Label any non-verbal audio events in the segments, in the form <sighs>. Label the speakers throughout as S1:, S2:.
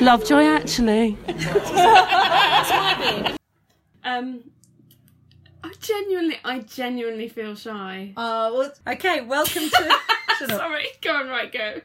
S1: love Joy Actually.
S2: Um, I genuinely, I genuinely feel shy.
S3: Oh, well, okay. Welcome to <laughs> shut up.
S2: Sorry, go on, right, go.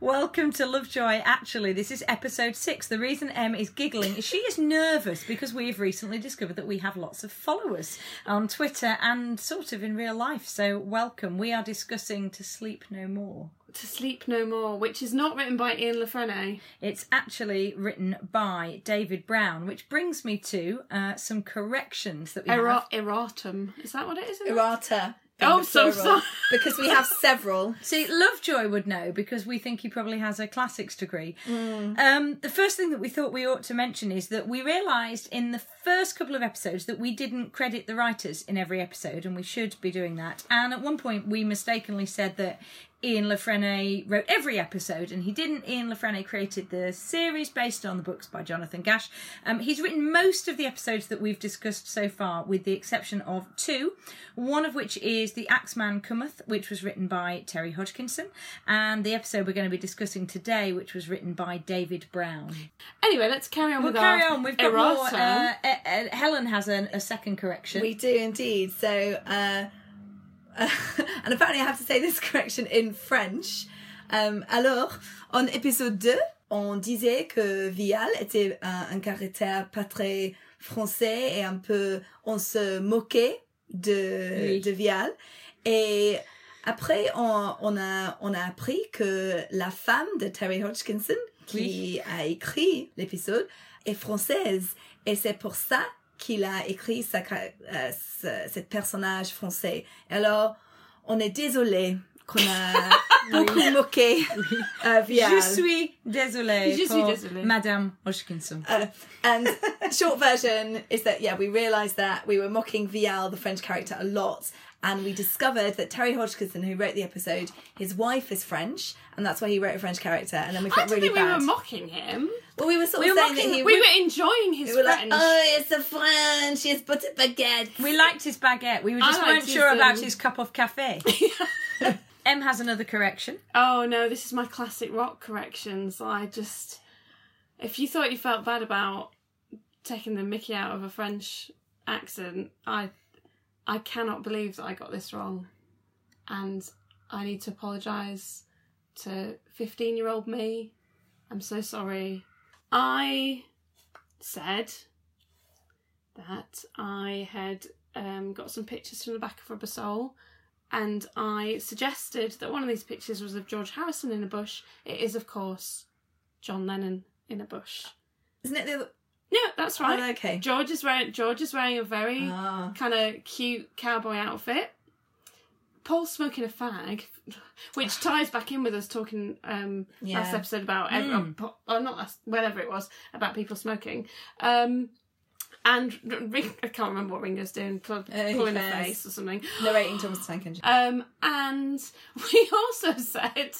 S3: welcome to Lovejoy. Actually, this is episode six. The reason Em is giggling is she is nervous because we have recently discovered that we have lots of followers on Twitter and sort of in real life. So, welcome. We are discussing to sleep no more.
S2: To Sleep No More, which is not written by Ian LaFrene.
S3: It's actually written by David Brown, which brings me to uh, some corrections that we have.
S2: Era- erratum. Is that what it is?
S4: Errata. in
S2: Oh,
S4: the plural,
S2: so sorry. <laughs>
S4: Because we have several.
S3: See, Lovejoy would know because we think he probably has a classics degree. Um, the first thing that we thought we ought to mention is that we realised in the first couple of episodes that we didn't credit the writers in every episode, and we should be doing that. And at one point, we mistakenly said that Ian Lafrene wrote every episode, and he didn't. Ian Lafrene created the series based on the books by Jonathan Gash. Um, he's written most of the episodes that we've discussed so far, with the exception of two, one of which is The Axeman Cometh, which was written by Terry Hodgkinson, and the episode we're going to be discussing today, which was written by David Brown.
S2: Anyway, let's carry on
S3: We'll
S2: with
S3: carry
S2: our
S3: on. We've got
S2: errata.
S3: more. Uh, uh, Helen has an, a second correction.
S4: We do indeed. So, uh, <laughs> and apparently I have to say this <laughs> correction in French. Um, alors, en épisode 2, on disait que Vial était un, un caractère pas très français et un peu, on se moquait de,
S3: Oui.
S4: de Vial. Et après, on, on a, on a appris que la femme de Terry Hodgkinson, qui
S3: Oui.
S4: a écrit l'épisode, est française. Et c'est pour ça qu'il a écrit sa, ca- euh, ce, ce personnage français. Alors, on est désolé qu'on
S2: <laughs>
S4: a beaucoup moqué euh, Vial.
S3: Je suis désolée
S2: Je suis
S3: pour
S2: désolée.
S3: Madame Hodgkinson.
S4: Uh, and short version is that yeah, we realised that we were mocking Vial, the French character, a lot, and we discovered that Terry Hodgkinson, who wrote the episode, his wife is French, and that's why he wrote a French character, and then we
S2: I
S4: felt
S2: don't
S4: really
S2: think we
S4: bad.
S2: were mocking him.
S4: well, we were sort
S3: we
S4: of
S3: were
S4: saying
S3: mocking-
S4: that he
S2: We were enjoying his
S4: we were like,
S2: French.
S4: oh, it's a French, it's butter baguette.
S3: We liked his baguette. We were
S2: I
S3: just
S2: liked
S3: weren't
S2: his,
S3: sure about
S2: um,
S3: his cup of
S2: <laughs>
S3: cafe. Em has another correction.
S2: Oh no, this is my classic rock corrections. I just if you thought you felt bad about taking the Mickey out of a French accent, I I cannot believe that I got this wrong. And I need to apologise to fifteen year old me. I'm so sorry. I said that I had um, got some pictures from the back of Rubber Soul and I suggested that one of these pictures was of George Harrison in a bush. It is, of course, John Lennon in a bush.
S4: Isn't it the other-
S2: No, that's right.
S4: Oh, okay.
S2: George is wearing George is wearing a very
S4: Ah.
S2: kind of cute cowboy outfit. Paul's smoking a fag, <laughs> which ties back in with us talking um,
S4: Yeah. Hmm.
S2: last episode about ev- or, or not last whenever it was about people smoking. Um, and R- Ring, I can't remember what Ringo's doing, pull,
S4: Uh, who
S2: pulling a
S4: cares?
S2: face or something.
S4: Narrating Thomas the Tank Engine.
S2: Um, and <laughs> we also said,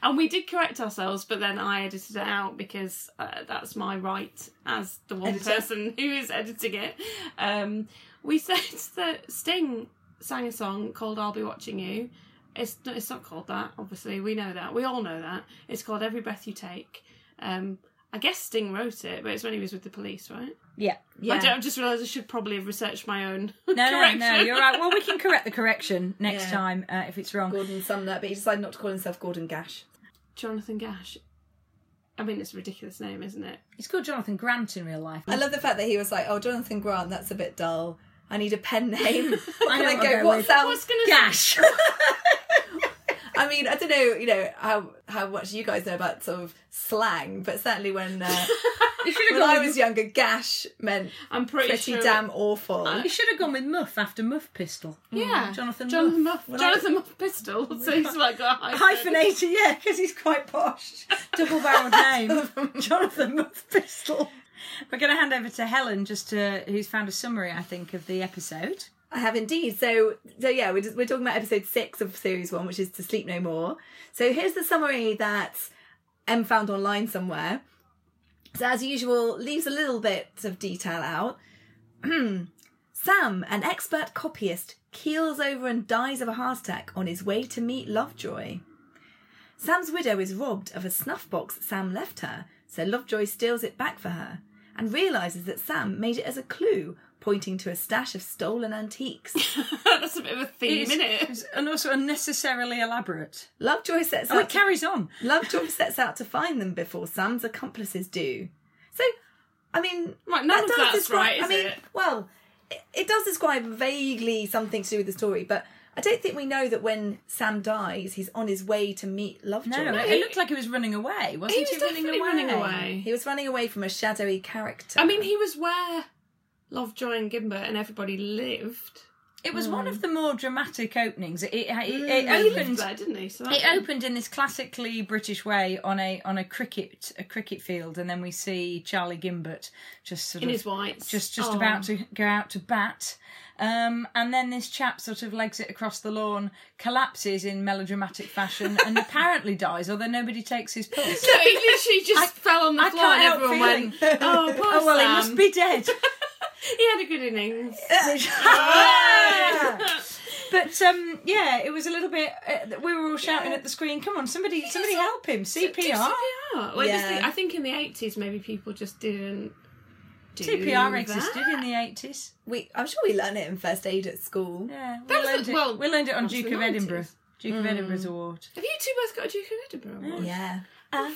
S2: and we did correct ourselves, but then I edited it out because uh, that's my right as the one
S4: Editor.
S2: person <laughs> who is editing it. Um, we said <laughs> that Sting sang a song called "I'll Be Watching You." It's no, it's not called that. Obviously, we know that. We all know that. It's called "Every Breath You Take." Um, I guess Sting wrote it, but it's when he was with the police, right?
S3: Yeah.
S2: I,
S4: Yeah.
S2: don't, I just realised I should probably have researched my own. <laughs>
S3: No, no,
S2: correction.
S3: no, you're right. Well, we can correct the correction next
S4: Yeah.
S3: time uh, if it's wrong.
S4: Gordon Sumner, but he decided not to call himself Gordon Gash.
S2: Jonathan Gash. I mean, it's a ridiculous name, isn't it?
S3: It's called Jonathan Grant in real life.
S4: I love the fact that he was like, "Oh, Jonathan Grant, that's a bit dull. I need a pen <laughs> name."
S3: I
S4: and
S3: know
S4: I
S3: what I'll
S4: go,
S3: go
S4: "What
S3: with."
S4: sounds?"
S2: What's gonna
S3: Gash.
S4: I mean, I don't know, you know, how how much you guys know about sort of slang, but certainly when uh, <laughs>
S3: you should have
S4: when I
S3: gone.
S4: was
S3: With,
S4: younger, gash meant
S2: I'm pretty,
S4: pretty
S2: sure.
S4: damn awful.
S3: you should have gone with Muff after Muff Pistol. Mm,
S2: Yeah,
S3: Jonathan
S2: Jonathan
S3: Muff.
S2: Muff. Jonathan Muff Pistol. <laughs> So he's like "Oh, got a hyphen.
S3: Hyphenated, yeah, because he's quite posh. Double barrelled name. Jonathan Muff Pistol. We're going to hand over to Helen, just to, who's found a summary, I think, of the episode.
S4: I have indeed. So, so yeah, we're, just, we're talking about episode six of series one, which is to sleep no more. So here's the summary that Em found online somewhere. So as usual, leaves a little bit of detail out. <clears throat> Sam, an expert copyist, keels over and dies of a heart attack on his way to meet Lovejoy. Sam's widow is robbed of a snuff box Sam left her, so Lovejoy steals it back for her and realises that Sam made it as a clue, pointing to a stash of stolen antiques.
S2: <laughs> That's a bit of a theme,
S3: It's-
S2: isn't it?
S3: it's- and also unnecessarily elaborate.
S4: Lovejoy sets
S3: Oh,
S4: out
S3: it carries on.
S4: <laughs> Lovejoy sets out to find them before Sam's accomplices do. So, I mean,
S2: Right, none
S4: that
S2: of
S4: does
S2: that's
S4: describe.
S2: right,
S4: I
S2: is
S4: mean,
S2: it?
S4: well, it, it does describe vaguely something to do with the story, but I don't think we know that when Sam dies, he's on his way to meet
S3: No,
S4: Lovejoy.
S3: it
S2: he-
S3: looked like he was running away. Wasn't
S2: He
S3: he,
S2: was definitely running away.
S4: He was running away from a shadowy character.
S2: I mean, he was where Lovejoy and Gimber and everybody lived.
S3: It was one
S2: Hmm.
S3: of the more dramatic openings. It, it, it,
S2: He
S3: it
S2: lived
S3: opened.
S2: there, didn't he? So that-
S3: It opened in this classically British way on a on a cricket a cricket field, and then we see Charlie Gimbert just sort
S2: in
S3: of
S2: his whites.
S3: just just
S2: Oh.
S3: about to go out to bat. Um, and then this chap sort of legs it across the lawn, collapses in melodramatic fashion,
S2: <laughs>
S3: and apparently dies, although nobody takes his pulse.
S2: So he literally just fell on
S3: <laughs>
S2: the
S3: I
S2: floor and
S3: can't help
S2: everyone
S3: feeling.
S2: went, "Oh, poor
S3: <laughs> oh well, he
S2: Sam."
S3: must be dead.
S2: <laughs> He had a good innings.
S3: <laughs> But um, yeah, it was a little bit. Uh, we were all shouting at the screen, "Come on, somebody, somebody help him!" CPR.
S2: CPR. Well, just
S4: Yeah.
S2: think- I think in the eighties, maybe people just didn't. Do
S3: CPR
S2: that.
S3: existed in the eighties.
S4: we, I'm sure we learn it in first aid at school.
S3: Yeah, we
S2: That was
S3: learned
S2: the-
S3: it.
S2: well,
S3: we learned it on
S2: that's the
S3: Duke of
S2: 90s.
S3: Edinburgh. Duke of Edinburgh's award.
S2: Have you two both got a Duke of Edinburgh award? Oh,
S4: Yeah.
S3: Uh,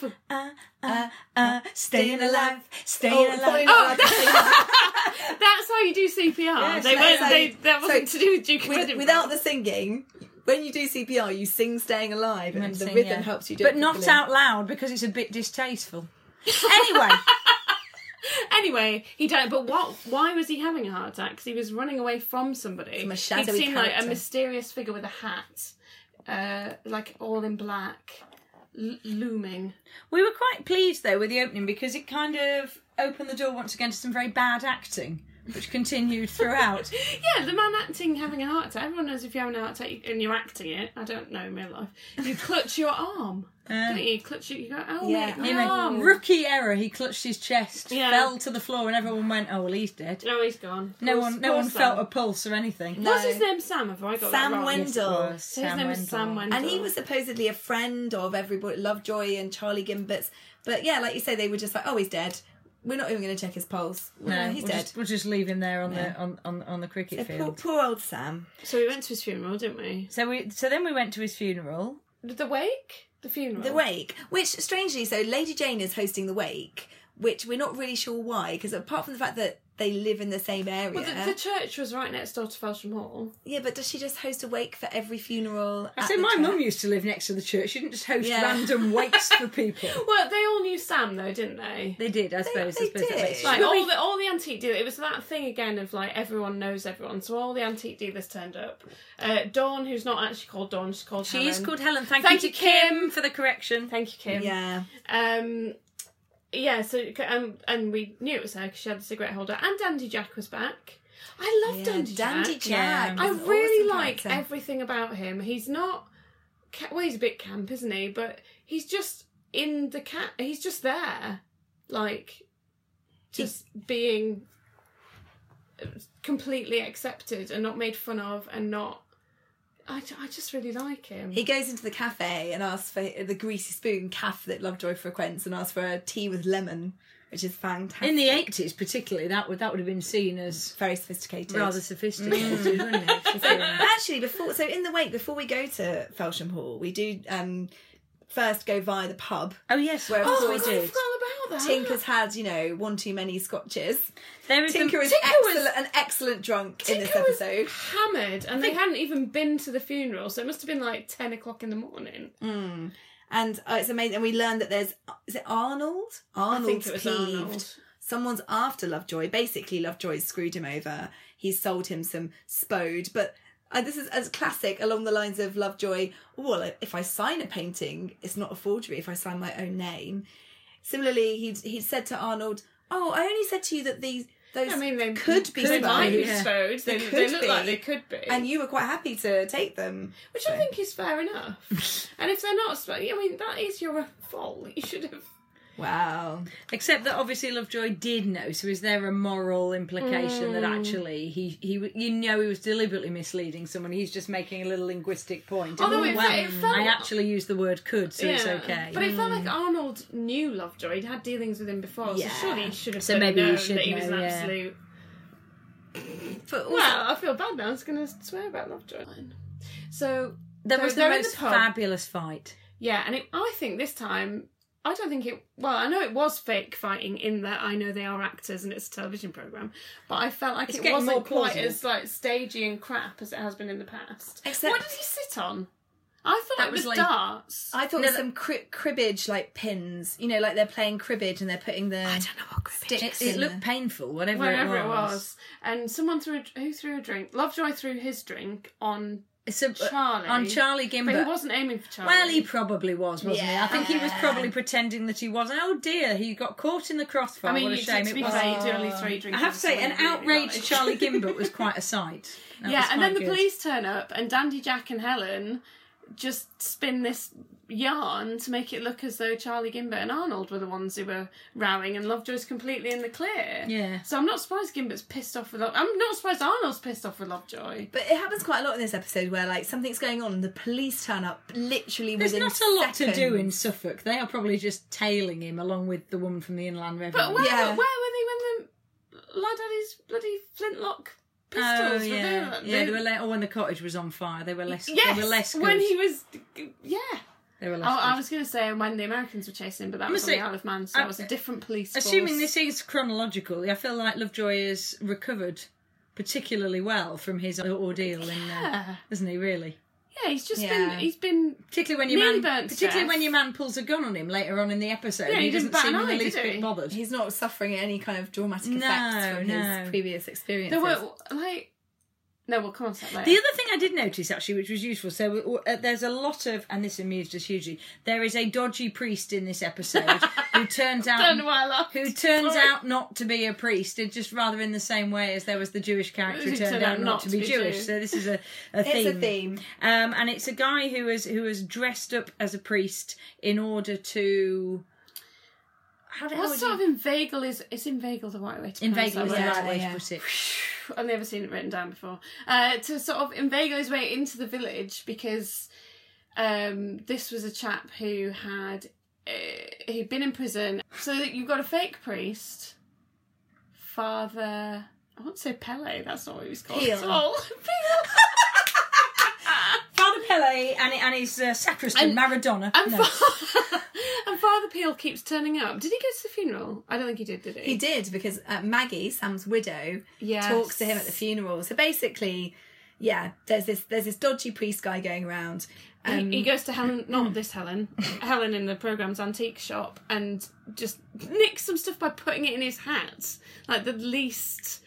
S3: uh, uh, staying alive, staying
S4: Oh,
S3: alive.
S2: <laughs>
S4: oh,
S2: That's how you do CPR. they
S4: that's
S2: weren't.
S4: how
S2: They,
S4: you-
S2: that wasn't
S4: so
S2: to do with Duke of
S4: with,
S2: Edinburgh.
S4: without the singing, when you do CPR, you sing "Staying Alive," and, the
S3: Sing,
S4: rhythm
S3: yeah.
S4: helps you do it.
S3: But not
S4: properly.
S3: out loud because it's a bit distasteful. anyway,
S2: Anyway, he died. But what? Why was he having a heart attack? Because he was running away from somebody.
S4: From a
S2: He'd
S4: shadowy
S2: seen like a
S4: character.
S2: mysterious figure with a hat, uh, like all in black, l- looming.
S3: we were quite pleased though with the opening because it kind of opened the door once again to some very bad acting, which continued <laughs> throughout.
S2: Yeah, the man acting having a heart attack. Everyone knows if you have a heart attack and you're acting it. I don't know in real life. You clutch
S3: <laughs>
S2: your
S3: Um,
S2: arm, don't you? You clutch it. You go, oh
S4: Yeah,
S2: yeah, my
S3: In a
S2: arm.
S3: rookie error, he clutched his chest,
S2: Yeah.
S3: fell to the floor, and everyone went, "Oh well, he's dead."
S2: No, he's gone.
S3: No
S2: Poor-
S3: one, no
S2: poor
S3: one
S2: Sam.
S3: felt a pulse or anything.
S4: No.
S2: What's his name? Sam. Have I got
S4: Sam
S2: that wrong?
S4: Wendell.
S3: Or
S2: So his name was Sam Wendell,
S4: And he was supposedly a friend of everybody, Lovejoy and Charlie Gimbert's. But yeah, like you say, they were just like, "Oh, he's dead. We're not even going to check his pulse. No,
S3: No,
S4: he's
S3: we'll
S4: dead."
S3: Just, we'll just leave him there on the on, on, on the cricket
S4: Yeah,
S3: field.
S4: poor, poor old Sam.
S2: So we went to his funeral, didn't we?
S3: So we so then we went to his funeral.
S2: The wake, the funeral.
S4: The wake, which strangely, so Lady Jane is hosting the wake, which we're not really sure why, because apart from the fact that they live in the same area,
S2: Well, the, the church was right next door to Felsham Hall.
S4: yeah. But does she just host a wake for every funeral?
S3: I
S4: at
S3: say
S4: the
S3: my
S4: church?
S3: mum used to live next to the church. She didn't just host
S4: Yeah.
S3: random wakes for people.
S2: Well, they all knew Sam though, didn't
S3: <laughs>
S2: they?
S3: They did, I suppose.
S4: they
S3: I suppose that
S4: did.
S3: makes sense.
S2: Like
S3: Well,
S2: all the all the antique dealers, it was that thing again of like everyone knows everyone. So all the antique dealers turned up. Uh, Dawn, who's not actually called Dawn, she's called
S3: she is
S2: Helen.
S3: called Helen. oh, Thank,
S2: Thank
S3: you
S2: you,
S3: to Kim,
S2: Kim.
S3: for the correction.
S2: Thank you, Kim.
S4: Yeah,
S2: Um, yeah. So um, and we knew it was her because she had the cigarette holder. And Dandy Jack was back. I love
S4: yeah.
S2: Dandy,
S4: Dandy
S2: Jack.
S4: Jack.
S2: I
S4: is an
S2: really
S4: awesome
S2: like
S4: character.
S2: everything about him. He's not ca- well, he's a bit camp, isn't he? But he's just in the cat. He's just there, like just being completely accepted and not made fun of and not. I, ju- I just really like him.
S4: He goes into the cafe and asks for the greasy spoon calf that Lovejoy frequents and asks for a tea with lemon, which is fantastic.
S3: In the eighties, particularly, that would that would have been seen as
S4: Very sophisticated.
S3: rather sophisticated,
S2: Mm.
S3: wouldn't
S2: <laughs>
S3: it?
S4: But actually, before so in the wake, before we go to Felsham Hall, we do um, first go via the pub.
S3: oh yes,
S4: Where
S3: of course
S4: all
S2: oh,
S3: we
S2: God, I
S3: did.
S2: forgot about that.
S4: Tinker's had, you know, one too many scotches.
S3: There is
S4: Tinker
S3: the,
S4: is
S2: Tinker was-
S4: excellent, an excellent drunk in this
S2: Tinker was
S4: episode.
S2: hammered, and they hadn't even been to the funeral, so it must have been like ten o'clock in the morning.
S4: And uh, it's amazing. And we learned that there's, is it Arnold?
S2: I
S4: Arnold's
S2: think it was
S4: Oh, peeved.
S2: Arnold.
S4: Someone's after Lovejoy. Basically, Lovejoy's screwed him over. He's sold him some spode. But uh, this is as classic along the lines of Lovejoy. Well, if I sign a painting, it's not a forgery if I sign my own name. Similarly, he he said to Arnold, "Oh, I only said to you that these those
S2: I mean, they
S4: could be
S2: They
S3: could
S2: might
S4: spode,
S2: be
S3: yeah.
S2: exposed. They,
S4: They
S2: they
S4: could
S2: look like
S4: be.
S2: they could be.
S4: and you were quite happy to take them."
S2: which I think is fair enough. and if they're not, spo- I mean, that is your own fault. You should have.
S4: Wow.
S3: Except that obviously Lovejoy did know. So is there a moral implication
S2: Mm.
S3: that actually he he w- you know he was deliberately misleading someone? He's just making a little linguistic point.
S2: Although
S3: Oh,
S2: it-
S3: well,
S2: it felt-
S3: I actually used the word could, so it's okay.
S2: But it felt like Arnold knew Lovejoy. He'd had dealings with him before,
S4: Yeah.
S2: so surely he should have
S3: So
S2: so
S3: maybe he
S2: maybe known
S3: should
S2: that he was
S3: know,
S2: an
S3: yeah.
S2: absolute.
S4: But also,
S2: Well, I feel bad now. I was going to swear about Lovejoy. So
S3: there
S2: so
S3: was the
S2: they're in the
S3: most
S2: pub.
S3: fabulous fight.
S2: yeah, and it, I think this time I don't think it. Well, I know it was fake fighting in that I know they are actors and it's a television program, but I felt like it
S3: getting
S2: wasn't
S3: more
S2: quite
S3: plausible.
S2: as like stagey and crap as it has been in the past.
S4: Except-
S2: what did he sit on? I thought
S3: That
S2: it
S3: was like-
S2: was, darts.
S4: I thought it was some cri- cribbage like pins. You know, like they're playing cribbage and they're putting the I don't know what cribbage
S3: It,
S4: sticks
S3: it
S4: in
S3: looked
S4: the-
S3: painful, whatever,
S2: wherever
S3: it was.
S2: and someone threw a, who threw a drink. Lovejoy threw his drink on,
S3: So, uh,
S2: Charlie.
S3: on Charlie
S2: but he
S3: Gimber.
S2: wasn't aiming for Charlie.
S3: Well, he probably was, wasn't he? I think he was
S4: Yeah.
S3: probably pretending that he wasn't. Oh dear, he got caught in the crossfire.
S2: I mean,
S3: what a
S2: you
S3: shame
S2: to be
S3: it was.
S2: fair, you do only three
S3: I
S2: drinks.
S3: have to
S2: with
S3: say, an
S2: someone you really
S3: outraged
S2: like. <laughs>
S3: Charlie Gimbert was quite a sight. That
S2: Yeah,
S3: was
S2: and then
S3: quite
S2: the
S3: good.
S2: police turn up, and Dandy Jack and Helen just spin this yarn to make it look as though Charlie Gimbert and Arnold were the ones who were rowing, and Lovejoy's completely in the clear.
S3: Yeah.
S2: So I'm not surprised Gimbert's pissed off with. Love- I'm not surprised Arnold's pissed off with Lovejoy.
S4: But it happens quite a lot in this episode where like something's going on and the police turn up literally
S3: There's
S4: within
S3: not a lot
S4: seconds.
S3: to do in Suffolk. They are probably just tailing him along with the woman from the Inland Revenue.
S2: But where,
S4: Yeah.
S2: where were they when the lad had his bloody flintlock pistols?
S3: oh
S2: Were
S3: yeah,
S2: they-
S3: yeah. They were le- oh, when the cottage was on fire, they were less.
S2: Yes,
S3: they were less good.
S2: when he was, yeah. Oh,
S3: they were less
S2: I, I
S3: good.
S2: was going to say when the Americans were chasing, him, but that was
S3: must
S2: on the
S3: say,
S2: Isle of Man, so
S3: I-
S2: that was a different police. Force.
S3: Assuming this is chronological, I feel like Lovejoy has recovered particularly well from his ordeal, in uh,
S2: Yeah.
S3: isn't he? Really,
S2: yeah, he's just
S4: Yeah.
S2: been, he's been,
S3: particularly when your
S2: Nearly
S3: man,
S2: burnt to
S3: particularly
S2: death.
S3: when your man pulls a gun on him later on in the episode.
S2: Yeah,
S3: he,
S2: he
S3: doesn't
S2: didn't bat
S3: seem
S2: an
S3: in the
S2: eye,
S3: least
S2: did he?
S3: bit bothered.
S4: He's not suffering any kind of dramatic
S3: No,
S4: effects from
S3: no.
S4: his previous experiences.
S2: there were like, no, we'll come on to that later.
S3: The other thing I did notice actually, which was useful, so w- w- uh, there's a lot of, and this amused us hugely. There is a dodgy priest in this episode who turns out
S2: don't know why I laughed.
S3: who turns
S2: Sorry.
S3: out not to be a priest, and just rather in the same way as there was the Jewish character who
S2: Who
S3: turned out not to be Jewish.
S2: Jew.
S3: So this is a, a theme.
S4: It's a theme.
S3: Um, and it's a guy who is who is dressed up as a priest in order to. How the hell
S2: What
S3: would
S2: sort
S3: you-
S2: of inveigle is? It's inveigle the right way to pronounce
S3: inveigle is
S2: that
S3: the
S2: word?
S3: right way
S4: yeah.
S3: to put it.
S2: I've never seen it written down before. Uh, to sort of inveigle his way into the village because um, this was a chap who had uh, he'd been in prison. So that you've got a fake priest, Father. I won't say Pele. That's not what he was called.
S4: Peel.
S2: at all. <laughs>
S3: Father Pele and and his uh, sacristan
S2: And-
S3: Maradona.
S2: and,
S3: No.
S2: Fa- <laughs> and Father Peel keeps turning up. Did he go to the funeral? I don't think he did. Did he?
S4: He did because uh, Maggie, Sam's widow,
S2: Yes.
S4: talks to him at the funeral. So basically, yeah, there's this there's this dodgy priest guy going around.
S2: He-
S4: Um,
S2: he goes
S3: <clears throat>
S2: to Helen, not this Helen, Helen in the program's antique shop, and just nicks some stuff by putting it in his hat, like the least.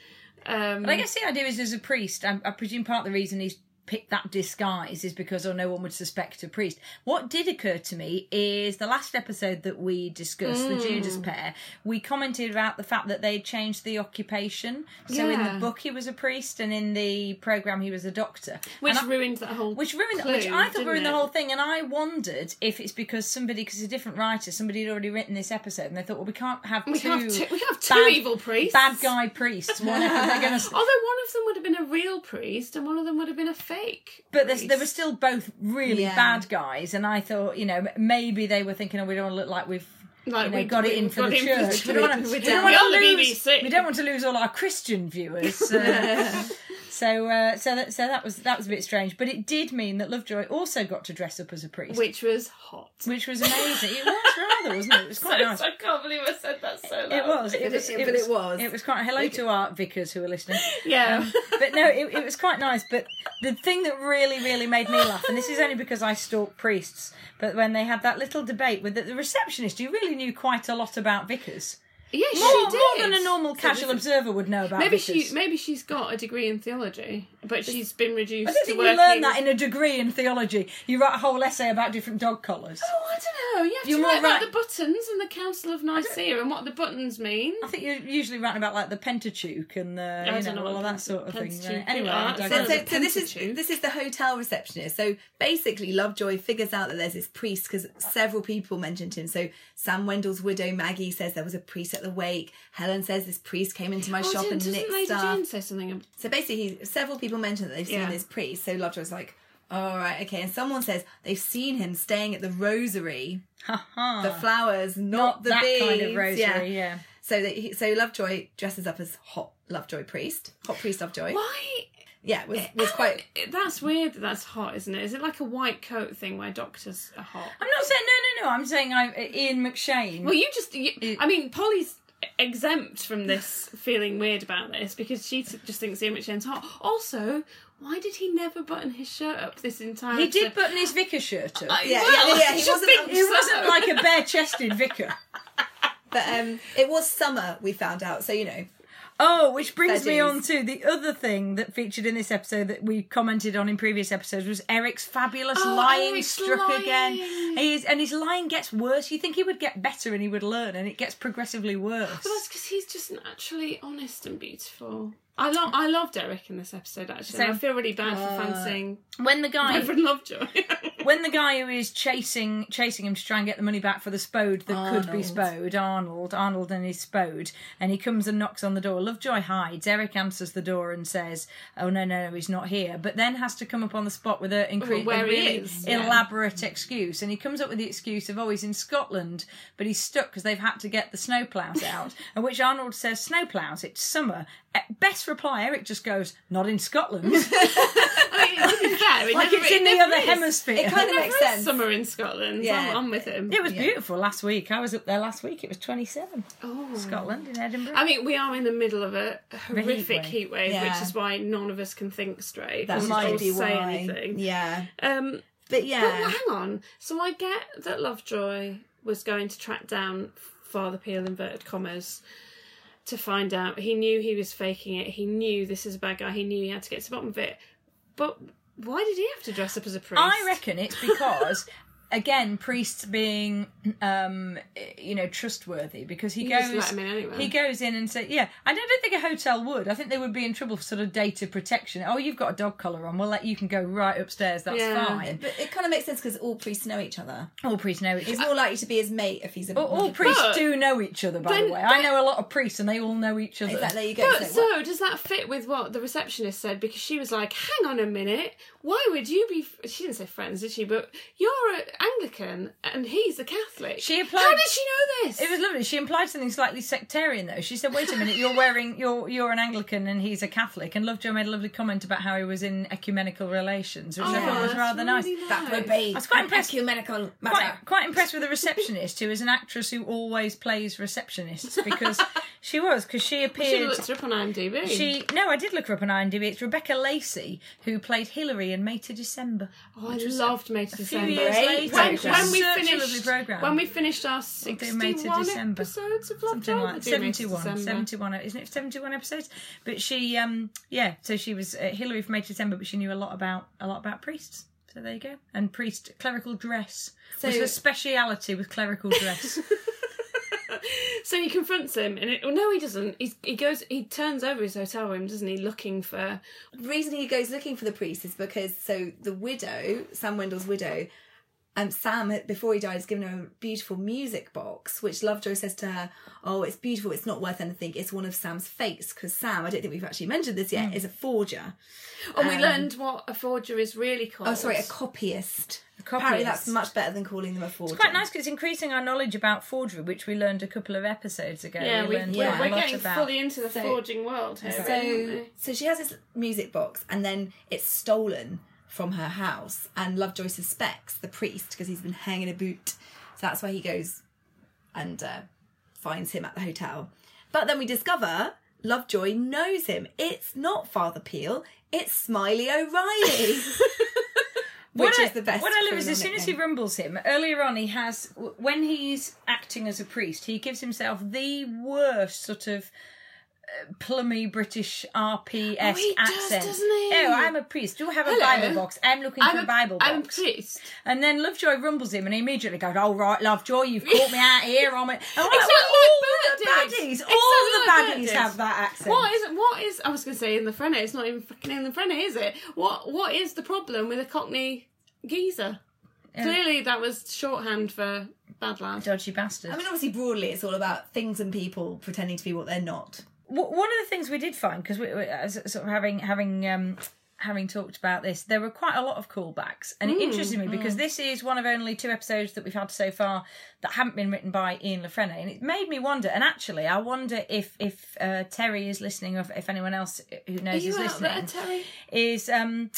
S2: Um,
S3: I guess the idea is, as a priest, I, I presume part of the reason he's picked that disguise is because, or no one would suspect a priest. What did occur to me is the last episode that we discussed,
S2: Mm.
S3: the Judas pair, we commented about the fact that they changed the occupation. So in
S2: Yeah.
S3: the book, he was a priest, and in the program, he was a doctor.
S2: which
S3: And I-
S2: ruined that whole.
S3: which ruined,
S2: clue,
S3: which I thought
S2: didn't
S3: ruined
S2: it?
S3: the whole thing, and I wondered if it's because somebody, because a different writer, somebody had already written this episode, and they thought, well, we can't have
S2: We
S3: two,
S2: have <laughs> two, we have two
S3: bad-
S2: evil priests.
S3: bad guy priests. One, they're going to
S2: <laughs> Although one of them would have been a real priest and one of them would have been a fake.
S3: But there's, there were
S2: priest.
S3: still both really
S4: Yeah.
S3: bad guys, and I thought, you know, m- maybe they were thinking, oh, we don't want to look like we've
S2: Like,
S3: you know,
S2: we-
S3: got it
S2: we-
S3: in
S2: we
S3: for
S2: got
S3: the
S2: it in for the
S3: church. We
S2: church.
S3: don't want to,
S4: We're
S3: we don't
S4: down.
S3: want
S2: We are the
S3: to lose.
S2: BBC.
S3: We don't want to lose all our Christian viewers.
S2: <laughs>
S3: uh, so, uh, so that, so that was that was a bit strange, but it did mean that Lovejoy also got to dress up as a priest,
S2: which was hot.
S3: which was amazing. It was rather, wasn't
S2: <laughs>
S3: it? It was quite nice.
S2: I can't believe I said that so loud.
S3: It was. It
S4: But
S3: was.
S4: it- but it was.
S3: It was quite. Hello to our vicars who are listening.
S2: Yeah.
S3: <laughs> but no, it, it was quite nice. But the thing that really, really made me laugh, and this is only because I stalk priests, but when they had that little debate with the, the receptionist, who really knew quite a lot about vicars.
S2: Yeah, she
S3: More,
S2: did.
S3: more than a normal
S2: So
S3: casual
S2: this-
S3: observer would know about
S2: Maybe
S3: Vickers.
S2: she maybe she's got a degree in theology, but she's been reduced
S3: I don't
S2: to
S3: think you
S2: working.
S3: learn that in a degree in theology. You write a whole essay about different dog collars.
S2: Oh, I don't know. You have
S3: You're
S2: to
S3: more
S2: write about
S3: right.
S2: the buttons and the Council of Nicaea and what the buttons mean.
S3: I think you're usually writing about like the Pentateuch and the you
S2: don't
S3: know,
S2: know
S3: all
S2: what
S3: of
S2: Pent-
S3: that sort of thing.
S2: Pentateuch
S3: right? Anyway,
S2: are.
S3: I
S2: So-
S4: So,
S3: digress.
S4: so, so this is
S2: Pentateuch.
S4: this is the hotel receptionist. So basically, Lovejoy figures out that there's this priest because several people mentioned him. So Sam Wendell's widow Maggie says there was a priest at the wake. Helen says this priest came into my
S2: Oh,
S4: shop
S2: didn't-
S4: and
S2: doesn't
S4: nicked
S2: Lady
S4: stuff.
S2: Jane say something? ab-
S4: So basically, he, several people mentioned that they've seen
S2: Yeah.
S4: this priest. So Lovejoy's like, all right, okay. And someone says they've seen him staying at the rosary,
S3: Ha-ha.
S4: the flowers, not, the
S3: Ah. that
S4: beads.
S3: kind of rosary. Yeah.
S4: So that he, so Lovejoy dresses up as hot Lovejoy priest, hot priest Lovejoy.
S2: Why?
S4: Yeah, was was quite.
S2: That's weird. That that's hot, isn't it? Is it like a white coat thing where doctors are hot?
S3: I'm not saying no, no, no. I'm saying I, Ian McShane.
S2: Well, you just. You, I mean, Polly's exempt from this feeling weird about this because she t- just thinks Ian McShane's hot. Also, why did he never button his shirt up this entire?
S3: he did
S2: episode?
S3: button his vicar shirt up.
S2: I-
S4: Yeah,
S2: well,
S4: yeah, yeah, he
S2: you
S4: wasn't-
S2: think
S4: he
S3: He
S2: so.
S3: wasn't like a bare-chested vicar.
S4: But um, it was summer. We found out. So you know,
S3: Oh, which brings me
S4: Veggies.
S3: on to the other thing that featured in this episode that we commented on in previous episodes was Eric's fabulous
S2: Oh,
S3: lying
S2: Eric's
S3: struck again.
S2: lying.
S3: He is, and his lying gets worse. You think he would get better and he would learn, and it gets progressively worse.
S2: Well, that's because he's just naturally honest and beautiful. I love I loved Eric in this episode actually.
S3: Same. Uh,
S2: I feel really bad for fancying
S3: When the guy,
S2: Reverend Lovejoy.
S3: when the guy who is chasing chasing him to try and get the money back for the spode that could be
S4: Arnold.
S3: spode, Arnold, Arnold and his spode, and he comes and knocks on the door. Lovejoy hides. Eric answers the door and says, "Oh no, no, no, he's not here." But then has to come up on the spot with a, incre-
S2: Where
S3: a
S2: he
S3: really
S2: is, yeah.
S3: elaborate excuse, and he comes up with the excuse of, "Oh, he's in Scotland, but he's stuck because they've had to get the snowplows
S2: <laughs>
S3: out." and which Arnold says, "Snowplows? It's summer." At Best reply. Eric just goes, "Not in Scotland."
S2: <laughs>
S3: <laughs>
S2: I mean, to be fair, it
S3: like
S2: never-
S3: it's
S2: it
S3: in the
S2: never
S3: other
S2: is.
S3: hemisphere.
S4: it kind of
S2: Never
S4: makes
S2: is
S4: sense.
S2: Summer in Scotland.
S4: Yeah.
S2: I'm, I'm with him.
S3: It was beautiful last week. I was up there last week. It was 27.
S2: Oh.
S3: Scotland in Edinburgh.
S2: I mean, we are in the middle of a horrific
S3: wave.
S2: heat wave,
S4: Yeah.
S2: which is why none of us can think straight.
S4: That
S2: or
S4: might be
S2: say
S4: why.
S2: anything.
S4: Yeah,
S2: Um,
S4: but
S2: But
S4: yeah,
S2: well, hang on. So I get that Lovejoy was going to track down Father Peel, inverted commas, to find out. He knew he was faking it. He knew this is a bad guy. He knew he had to get to the bottom of it. But why did he have to dress up as a priest?
S3: I reckon it's because. <laughs> Again, priests being, um, you know, trustworthy because he
S2: You
S3: goes.
S2: just let him in anyway.
S3: He goes in and say, "Yeah, I don't, don't think a hotel would. I think they would be in trouble for sort of data protection. Oh, you've got a dog collar on. We'll let you can go right upstairs. That's
S2: Yeah.
S3: fine.
S4: but it kind of makes sense because all priests know each other.
S3: All priests know each
S4: He's
S3: other.
S4: more likely to be his mate if he's a.
S3: All, all priests
S2: But-
S3: do know each other, by
S2: then-
S3: the way. I know a lot of priests, and they all know each other.
S4: Exactly, there you go.
S2: But
S4: So what-
S2: so does that fit with what the receptionist said? Because she was like, "Hang on a minute, why would you be?" f-" She didn't say friends, did she? But you're an Anglican and he's a Catholic.
S3: She applied-
S2: How did she know this?
S3: It was lovely. She implied something slightly sectarian, though. She said, "Wait a minute, you're wearing you're you're an Anglican and he's a Catholic." And Lovejoy made a lovely comment about how he was in ecumenical relations, which I
S2: Yeah,
S3: thought was
S2: Oh, that's
S3: rather nice.
S2: really
S4: that would
S2: nice.
S4: be.
S3: was quite
S4: an
S3: impressed.
S4: Ecumenical
S3: Quite,
S4: matter.
S3: quite impressed with the receptionist, who is an actress who always plays receptionists
S2: <laughs>
S3: because she was because she
S2: Should have
S3: appeared.
S2: looked her up on IMDb.
S3: She no, I did look her up on IMDb. It's Rebecca Lacey who played Hillary in May to December.
S2: Oh, I loved May to
S3: few
S2: December.
S3: years
S4: Great
S3: later,
S2: eh? when,
S4: program.
S2: when we
S3: Such a lovely
S2: finished,
S3: program.
S2: when we finished our
S3: do May to
S2: 61
S3: December.
S2: episodes of Love
S3: something
S2: Jones,
S3: like 71 71 isn't it 71 episodes but she um yeah so she was uh, hillary from 8 december but she knew a lot about a lot about priests so there you go and priest clerical dress was
S4: So-
S3: her speciality with clerical
S2: <laughs>
S3: dress
S2: So he confronts him, and it, well, no, he doesn't. He's, he goes, he turns over his hotel room, doesn't he, looking for
S4: The reason he goes looking for the priest is because so the widow, Sam Wendell's widow, um, Sam had- before he died has given her a beautiful music box, which Lovejoy says to her, "Oh, it's beautiful. It's not worth anything. It's one of Sam's fakes because Sam, I don't think we've actually mentioned this yet, is a forger.
S2: And we learned what a forger is really called.
S4: Oh, sorry, a copyist. Apparently,
S3: copyist.
S4: that's much better than calling them a forger.
S3: quite nice because it's increasing our knowledge about forgery which we learned a couple of episodes ago
S2: yeah, we,
S3: we
S2: are
S3: learned
S4: yeah,
S3: a
S2: we're
S3: lot
S2: getting
S3: about
S2: fully into the
S4: So-
S2: forging world here. aren't
S4: So,
S2: we?
S4: so she has this music box, and then it's stolen from her house. And Lovejoy suspects the priest because he's been hanging a boot. So that's why he goes and uh, finds him at the hotel. But then we discover Lovejoy
S3: <laughs>
S4: knows him. It's not Father Peel. It's Smiley O'Reilly. <laughs> which
S3: I-
S4: is the best.
S3: What I love is
S4: criminal
S3: as soon as he
S4: nickname.
S3: rumbles him, earlier on he has, w- when he's acting as a priest, he gives himself the worst sort of uh, plummy British RP esque
S2: Oh, he does,
S3: accent.
S2: doesn't he?
S3: Oh, I'm a priest. Do you have a
S2: Hello.
S3: Bible box? I'm looking for a Bible
S2: I'm a
S3: box.
S2: priest.
S3: And then Lovejoy rumbles him, and he immediately goes, "All right, Lovejoy, you've caught me out here. I'm."
S2: <laughs>
S3: A... And I'm like,
S2: Exactly
S3: well, all
S2: like Bert
S3: the
S2: did.
S3: baddies,
S2: Exactly
S3: all
S2: like
S3: the
S2: Bert
S3: baddies
S2: did.
S3: have that accent.
S2: What is what is I was gonna say in the front it's not even fucking in the front is it? What what is the problem with a cockney geezer? Clearly that was shorthand for bad lad.
S3: dodgy bastards?
S4: I mean, obviously, broadly, it's all about things and people pretending to be what they're not.
S3: W- one of the things we did find because we, we as sort of having having um having talked about this there were quite a lot of callbacks and it
S2: Mm,
S3: interested me because this is one of only two episodes that we've had so far that haven't been written by ian lefrene and it made me wonder and actually i wonder if if uh, terry is listening or if, if anyone else uh, who knows
S2: you
S3: is
S2: out there,
S3: listening
S2: Terry?
S3: is um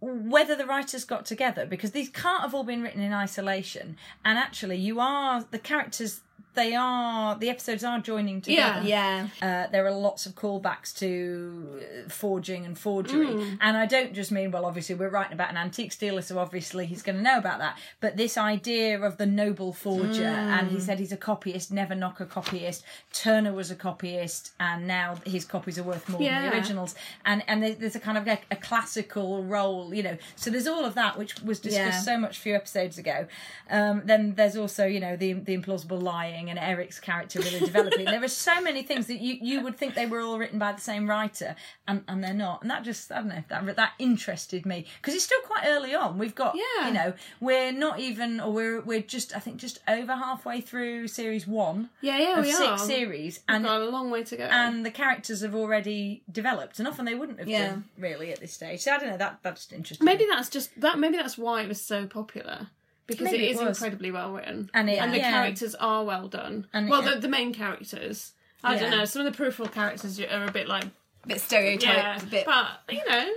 S3: whether the writers got together because these can't have all been written in isolation and actually you are the characters they are the episodes are joining together
S2: Yeah.
S4: Yeah.
S3: uh, there are lots of callbacks to uh, forging and forgery. And I don't just mean, well, obviously, we're writing about an antique dealer, so obviously he's going to know about that. But this idea of the noble forger, and he said he's a copyist, never knock a copyist. Turner was a copyist, and now his copies are worth more than
S2: Yeah.
S3: the originals. And and there- there's a kind of a, a classical role, you know. So there's all of that, which was discussed
S4: Yeah.
S3: so much a few episodes ago. Um, then there's also, you know, the the implausible lying and Eric's character
S2: <laughs>
S3: really developing. there are so many things that you, you would think they were all written by the same writer, and, and they're not. And that just I don't know that that interested me because it's still quite early on. We've got
S2: Yeah.
S3: you know we're not even or we're we're just I think just over halfway through series one
S2: Yeah, Oh, yeah,
S3: of
S2: we
S3: six
S2: are.
S3: series,
S2: We've
S3: and
S2: got a long way to go.
S3: and the characters have already developed, and often they wouldn't have
S4: Yeah.
S3: done really at this stage. So I don't know. That that's just interesting.
S2: maybe that's just that maybe that's why it was so popular. Because
S3: Maybe
S2: it
S3: it
S2: is
S3: was.
S2: incredibly well written.
S3: And it-
S2: the
S3: yeah.
S2: characters are well done.
S3: And it-
S2: well the, the main characters. I don't
S3: Yeah.
S2: know. Some of the peripheral characters are a bit like
S4: A bit stereotyped.
S2: yeah,
S4: a bit.
S2: but you know,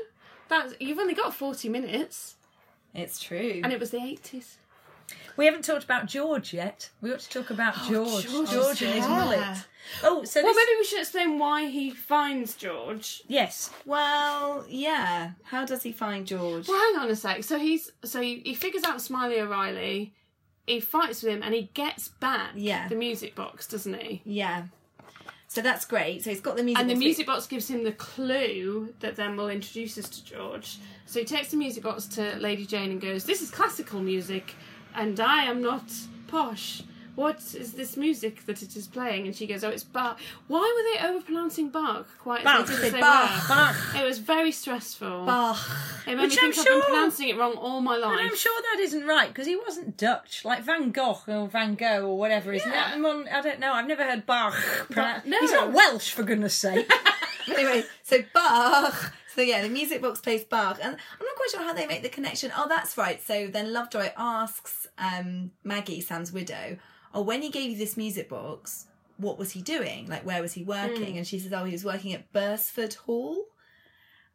S2: that's you've only got forty minutes,
S4: It's true.
S2: and it was the eighties.
S3: We haven't talked about George yet. We ought to talk about George. George,
S2: George's
S3: and his
S2: hair.
S3: mullet. Oh, so
S2: Oh, Well,
S3: this,
S2: maybe we should explain why he finds George.
S3: yes,
S4: Well, yeah. How does he find George?
S2: Well, hang on a sec. So he's so he, he figures out Smiley O'Reilly. He fights with him, and he gets back
S4: Yeah.
S2: the music box, doesn't he?
S4: Yeah. So that's great. So he's got the music.
S2: And the
S4: box,
S2: music box gives him the clue that then will introduce us to George. So he takes the music box to Lady Jane and goes, This is classical music, and I am not posh. What is this music that it is playing? And she goes, Oh, it's Bach. Why were they overpronouncing Bach quite
S3: Bach.
S2: as much as they
S4: Bach.
S2: were?
S3: Bach.
S2: It was very stressful.
S4: Bach.
S2: It made
S3: Which
S2: me think
S3: I'm
S2: I've been
S3: sure-
S2: pronouncing it wrong all my life.
S3: But I'm sure that isn't right because he wasn't Dutch, like Van Gogh or Van Gogh or whatever. Isn't
S2: Yeah.
S3: that one? I don't know. I've never heard Bach. pronounced.
S2: no.
S3: He's not Welsh, for goodness'
S2: <laughs>
S3: sake. <laughs>
S4: anyway, so Bach. So yeah, the music box plays Bach, and I'm not quite sure how they make the connection. Oh, that's right. So then Lovejoy asks um, Maggie, Sam's widow, "Oh, when he gave you this music box, what was he doing? Like, where was he
S2: Hmm.
S4: working?" And she says, "Oh, he was working at Bursford Hall."
S2: <laughs>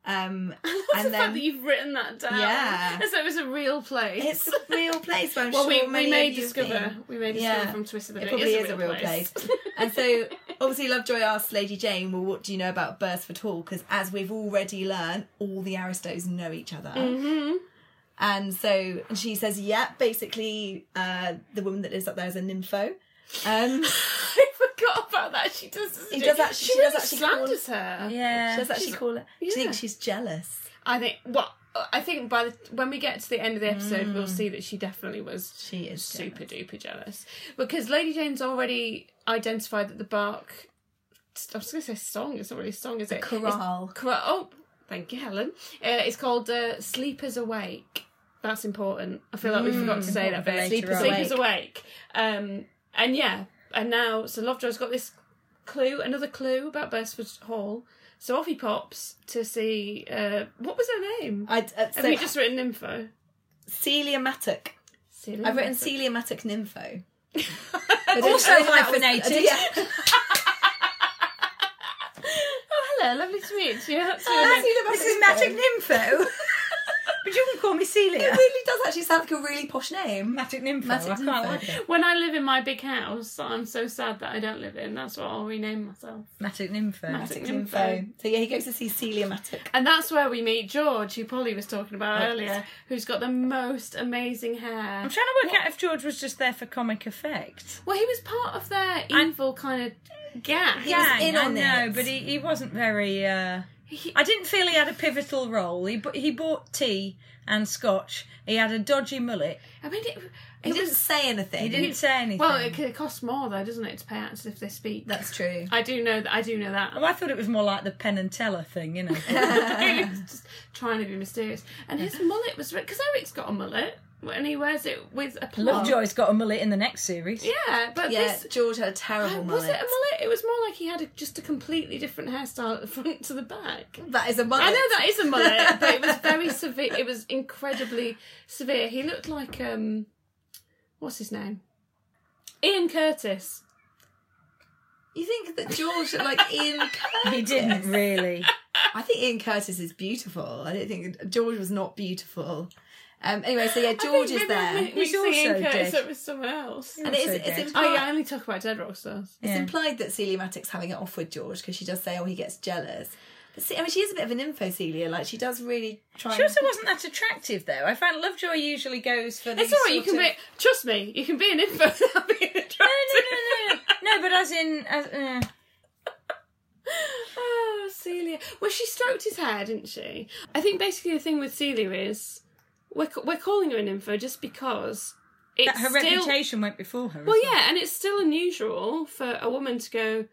S4: Um,
S2: What's
S4: and
S2: the fact that
S4: then
S2: you've written that down?
S4: Yeah.
S2: As though it was a real place.
S4: it's a real place. Where I'm
S2: well,
S4: sure
S2: we,
S4: many of
S2: we may
S4: you've
S2: discover
S4: been.
S2: we may discover
S4: Yeah.
S2: from Twitter that
S4: It
S2: it,
S4: probably is a real place. <laughs> And so, obviously, Lovejoy asks Lady Jane, "Well, what do you know about Bursford Hall?" Because, as we've already learned, all the Aristos know each other. And so, and she says, "Yeah, basically, uh, the woman that lives up there is a nympho." Um, <laughs>
S2: <laughs> I forgot about that. She does. doesn't
S4: It does
S2: she?
S4: actually-
S2: She,
S4: she does
S2: really
S4: actually
S2: slanders her.
S4: she
S3: yeah.
S4: does actually call it. Do you think
S2: yeah.
S4: she's jealous?
S2: I think. Well, I think by the when we get to the end of the episode, we'll see that she definitely was.
S4: Mm. She is
S2: super duper jealous because Lady Jane's already identified that the bark. I was going to say song. It's not really a song, is it?
S4: chorale.
S2: It's- chorale. Oh, thank you, Helen. Uh, it's called uh, "Sleepers Awake." That's important. I feel like we forgot to say that.
S3: important for
S2: bit.
S3: later
S2: Sleepers
S3: on.
S2: Sleepers awake. Um, and yeah, and now so Lovejoy's got this clue, another clue about Bursford Hall. So off he pops to see uh, what was her name.
S4: I, uh,
S2: Have
S4: so,
S2: you just written info?
S4: Celia Mattock.
S2: Silly.
S4: I've written Celia Mattock nympho.
S3: Also
S4: I didn't know that was- <laughs>
S3: hyphenated.
S4: Yeah.
S2: Oh, hello, lovely to meet you. That's your name. <laughs>
S3: This is Matic Nympho. But you can call me Celia.
S4: It really does actually sound like a really posh name. Oh,
S3: Matic Nympho.
S4: Matic
S3: I quite
S4: Nympho.
S3: like it.
S2: When I live in my big house that I'm so sad that I don't live in, that's what I'll rename myself.
S3: Matic Nympho.
S2: Matic
S4: Info.
S2: Info.
S4: So yeah, he goes to see Celia Matic.
S2: And that's where we meet George, who Polly was talking about earlier, who's got the most amazing hair.
S3: I'm trying to work out if George was just there for comic effect.
S2: Well, he was part of their evil kind of gang.
S4: was in
S3: I
S4: on
S3: know,
S4: it.
S3: but he, he wasn't very. Uh,
S2: He-
S3: I didn't feel he had a pivotal role. He bu- he bought tea and scotch. He had a dodgy mullet.
S2: I mean, it,
S4: He
S2: it
S4: didn't
S2: was.
S4: say anything.
S3: He didn't say anything.
S2: Well, it, it costs more though, doesn't it, to pay actors if they speak?
S4: That's true.
S2: I do know that. I do know that.
S4: <laughs>
S2: <laughs>
S3: Well, Oh, I thought it was more like the Penn and Teller thing, you know.
S2: he was just trying to be mysterious. And his mullet was because Eric's got a mullet and he wears it with a plug.
S3: Lovejoy's got a mullet in the next series.
S2: Yeah, but
S4: Yeah,
S2: this. Oh, uh,
S4: George had a terrible
S2: Was it a
S4: mullet.
S2: mullet? It was more like he had a, just a completely different hairstyle at the front to the back.
S4: That is a mullet.
S2: I know that is a mullet, but it
S3: <laughs>
S2: was very severe. It was incredibly severe. He looked like um, what's his name? Ian Curtis.
S4: You think that George looked like Ian Curtis?
S3: He didn't really.
S4: I think Ian Curtis is beautiful. I don't think George was not beautiful. Um, anyway, so yeah, George is there,
S2: He's
S3: He's
S2: also Ian
S3: also
S2: Curtis
S3: dead.
S2: up with someone else.
S4: and it is,
S3: also
S4: it's
S3: dead.
S4: implied,
S2: Oh yeah, I only talk about dead rock stars.
S4: it's
S3: Yeah.
S4: implied that Celia Matic's having it off with George because she does say, "Oh, he gets jealous." But see, I mean, she is a bit of an info Celia. Like she does really try.
S3: She
S4: and-
S3: also wasn't that attractive, though. I found Lovejoy usually goes for.
S2: It's
S3: these
S2: all right. You
S3: sort
S2: can
S3: of-
S2: be. Trust me, you can be an info <laughs> without being attractive.
S3: <laughs> No, no, no, no, no. No, but as in, as, uh,
S2: Oh, Celia. Well, she stroked his hair, didn't she? I think basically the thing with Celia is we're, we're calling her an info just because it's
S3: that her
S2: still,
S3: reputation went before her.
S2: Well, yeah, and it's still unusual for a woman to go,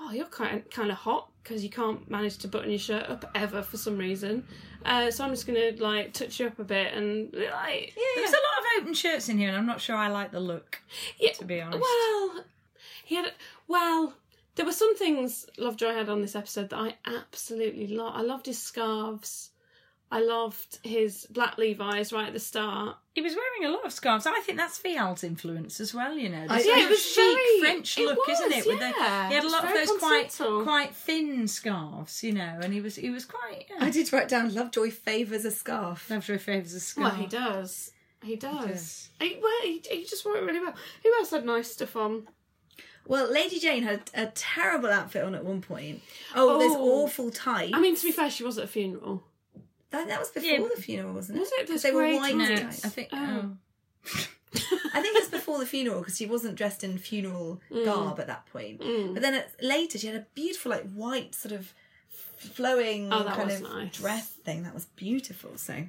S2: "Oh, you're kind kind of hot because you can't manage to button your shirt up ever for some reason." Uh, so I'm just gonna like touch you up a bit and like,
S3: There's a lot of open shirts in here, and I'm not sure I like the look.
S2: yeah,
S3: To be honest,
S2: Well, he had. Well, there were some things Lovejoy had on this episode that I absolutely love. I loved his scarves. I loved his black Levi's right at the start.
S3: he was wearing a lot of scarves. I think that's Fial's influence as well. You know,
S4: I-
S3: This
S4: Yeah,
S3: kind
S4: it
S3: of
S2: was
S3: chic
S2: very-
S3: French
S2: it
S3: look, isn't
S2: was,
S3: it? With the,
S2: yeah.
S3: he had a
S2: It's
S3: lot of
S2: very
S3: those quite
S2: continental.
S3: quite thin scarves, you know, and he was he was quite. Yeah.
S4: I did write down Lovejoy favours a scarf.
S3: Lovejoy favours a scarf.
S2: Well, he does. He does.
S3: does.
S2: He well, he, he just wore it really well. Who else had nice stuff on?
S4: Well, Lady Jane had a terrible outfit on at one point. Oh, this
S2: Oh.
S4: awful tie.
S2: I mean, to be fair, she was at a funeral.
S4: that, that was before
S3: Yeah.
S4: the funeral, wasn't it?
S2: Was it? Those
S4: They were
S2: grey
S4: white
S3: No,
S2: tights.
S4: tights.
S3: I think.
S2: Oh.
S3: Oh.
S4: I think it's before the funeral because she wasn't dressed in funeral
S2: Mm.
S4: garb at that point. But then at, later she had a beautiful like white sort of flowing
S2: Oh, that
S4: kind
S2: was
S4: of
S2: nice.
S4: dress thing that was beautiful. So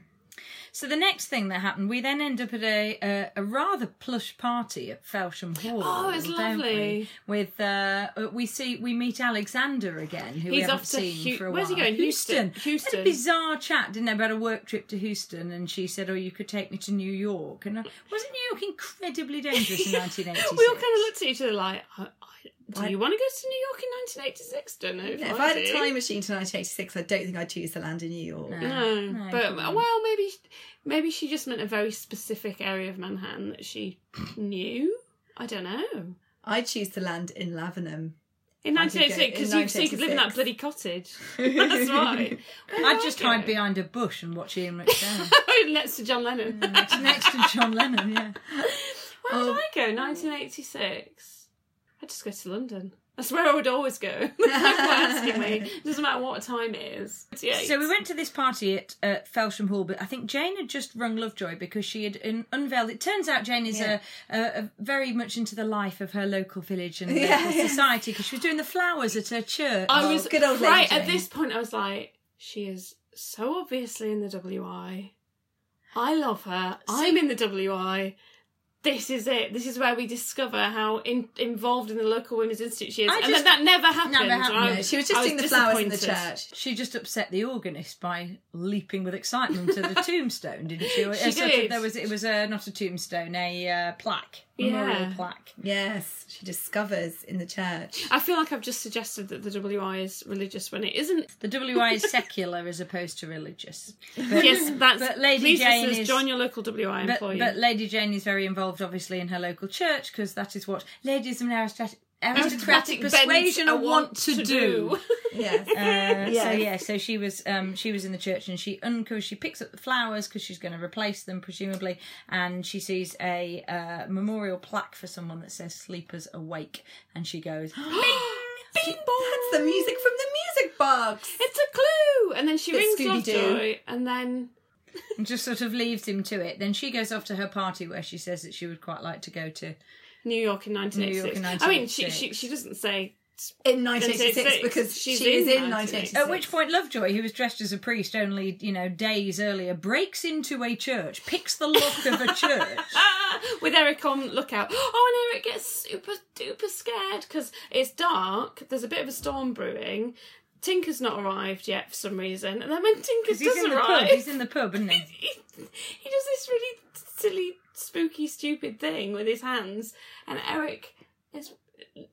S3: So the next thing that happened, we then end up at a uh, a rather plush party at Felsham Hall.
S2: Oh, it's
S3: don't we?
S2: lovely.
S3: With uh, we see we meet Alexander again, who we
S2: He's
S3: haven't
S2: off to
S3: seen
S2: Hu-
S3: for a
S2: where's he
S3: while.
S2: going? Houston.
S3: Had
S2: Houston.
S3: a bizarre chat, didn't they, about a work trip to Houston? And she said, "Oh, you could take me to New York." And I, wasn't New York incredibly dangerous in 1986?
S2: <laughs> We all kind of looked at each other like, I, I, "Do you want to go to New York in 1986?" Don't know. If,
S4: Yeah, if I
S2: I,
S4: had a
S2: do.
S4: time machine to 1986, I don't think I'd choose to land in New York.
S2: No,
S3: No,
S2: but uh,
S3: come on.
S2: well, maybe maybe she just meant a very specific area of Manhattan that she knew. I don't know.
S4: I'd choose to land in Lavenham.
S2: In
S4: think
S2: 1986,
S4: it-
S2: because
S4: in
S2: you, so you could live in that
S4: 1986.
S2: bloody cottage. <laughs> That's
S4: <laughs>
S2: right.
S3: I'd just hide
S2: <laughs> behind
S3: behind a bush and watch Ian McDowell
S2: next to John Lennon.
S4: Mm.
S3: next to John Lennon. Yeah.
S2: Where
S4: Oh.
S2: would I go? 1986. I'd just go to London. That's where I would always go. <laughs> Thanks for asking me.
S4: <laughs>
S2: It doesn't matter what time it is. Yeah.
S3: So we went to this party at uh, Felsham Hall, but I think Jane had just rung Lovejoy because she had un- unveiled. It turns out Jane is
S4: Yeah.
S3: a, a, a very much into the life of her local village and
S4: Yeah,
S3: local
S4: yeah.
S3: society because she was doing the flowers at her church.
S2: I was
S4: oh, good old
S2: right
S4: lady.
S2: at this point. I was like, she is so obviously in the WI. I love her. I'm in the WI. This is it. This is where we discover how in, involved in the local women's institute she is,
S3: I
S2: and
S3: just-
S2: then that never happened.
S3: happened,
S2: I-
S3: no.
S4: She was just
S2: I
S4: doing the flowers in the
S2: disappointed.
S4: church.
S3: she just upset the organist by leaping with excitement to
S2: <laughs>
S3: the tombstone, didn't she?
S2: She
S3: A sort of-
S2: did.
S3: there was it was a not a tombstone, a uh, plaque, memorial
S2: Yeah.
S3: plaque.
S4: Yes, she discovers in the church.
S2: I feel like I've just suggested that the WI is religious when it isn't.
S3: The WI is secular as opposed to religious. But- <laughs>
S2: Yes, that's.
S3: But Lady
S2: please
S3: Jane
S2: listeners,
S3: is-
S2: join your local WI
S3: But,
S2: employee.
S3: but Lady Jane is very involved, obviously, in her local church because that is what ladies and aristocratic. aristocratic
S2: Aristocratic bent,
S3: persuasion, a
S2: a
S3: want to <laughs> do.
S2: <laughs>
S4: Yes.
S3: <laughs> Uh, So
S4: Yes.
S3: yeah, so she was um, she was in the church and she unco she picks up the flowers because she's going to replace them presumably, and she sees a uh, memorial plaque for someone that says "Sleepers Awake," and she goes, <gasps>
S2: Bing bong.
S4: That's the music from the music box.
S2: It's a clue. And then she
S4: It's
S2: rings
S4: Scooby-Doo.
S2: Lovejoy, and then
S3: and just sort of leaves him to it. Then she goes off to her party where she says that she would quite like to go to.
S2: New York in 1986.
S3: New York in
S2: I mean, she
S3: 1986.
S2: she, she doesn't say.
S4: In 1986 because
S2: She's
S4: she is
S2: in
S4: in
S2: 1986.
S4: 1986.
S3: At which point, Lovejoy, who was dressed as a priest only you know days earlier, breaks into a church, picks the lock of a <laughs> church.
S2: Ah, with Eric on lookout. Oh, and Eric gets super duper scared because it's dark. There's a bit of a storm brewing. Tinker's not arrived yet for some reason, and then when Tinker
S3: He's
S2: does
S3: in the pub.
S2: arrive,
S3: He's in the pub, isn't he?
S2: he, he does this really silly, spooky, stupid thing with his hands, and Eric is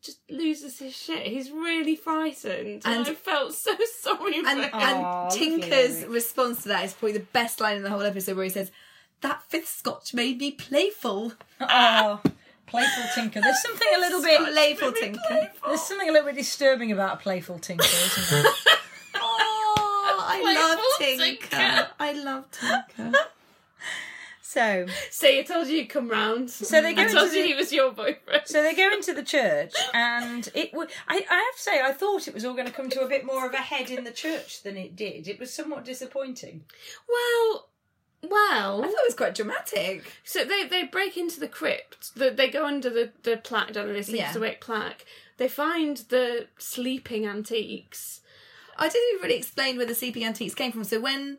S2: just loses his shit. He's really frightened, and,
S4: And-
S2: I felt so <laughs> sorry for
S4: And,
S2: him.
S3: Aw,
S4: and
S3: lovely
S4: Tinker's
S3: lyric.
S4: response to that is probably the best line in the whole episode where he says, That fifth scotch made me playful.
S3: Oh, playful tinker. There's something a little bit.
S4: Playful Tinker.
S3: There's something a little bit disturbing about playful tinker, isn't <laughs> there?
S4: Oh, <laughs> I love
S2: Playful
S4: Tinker.
S2: Tinker.
S4: I love Tinker.
S3: so,
S2: See, I told you you'd come round. So
S3: they go
S2: I told
S3: into
S2: you
S3: the-
S2: he was your boyfriend.
S3: so they go into the church, and it. wa- I, I have to say, I thought it was all going to come to a bit more of a head in the church than it did. It was somewhat disappointing.
S2: well, well.
S4: I thought it was quite dramatic.
S2: So they, they break into the crypt. The, they go under the, the plaque down there, this
S4: Yeah.
S2: yeah. awake plaque. They find the sleeping antiques.
S4: I didn't really explain where the sleeping antiques came from. So when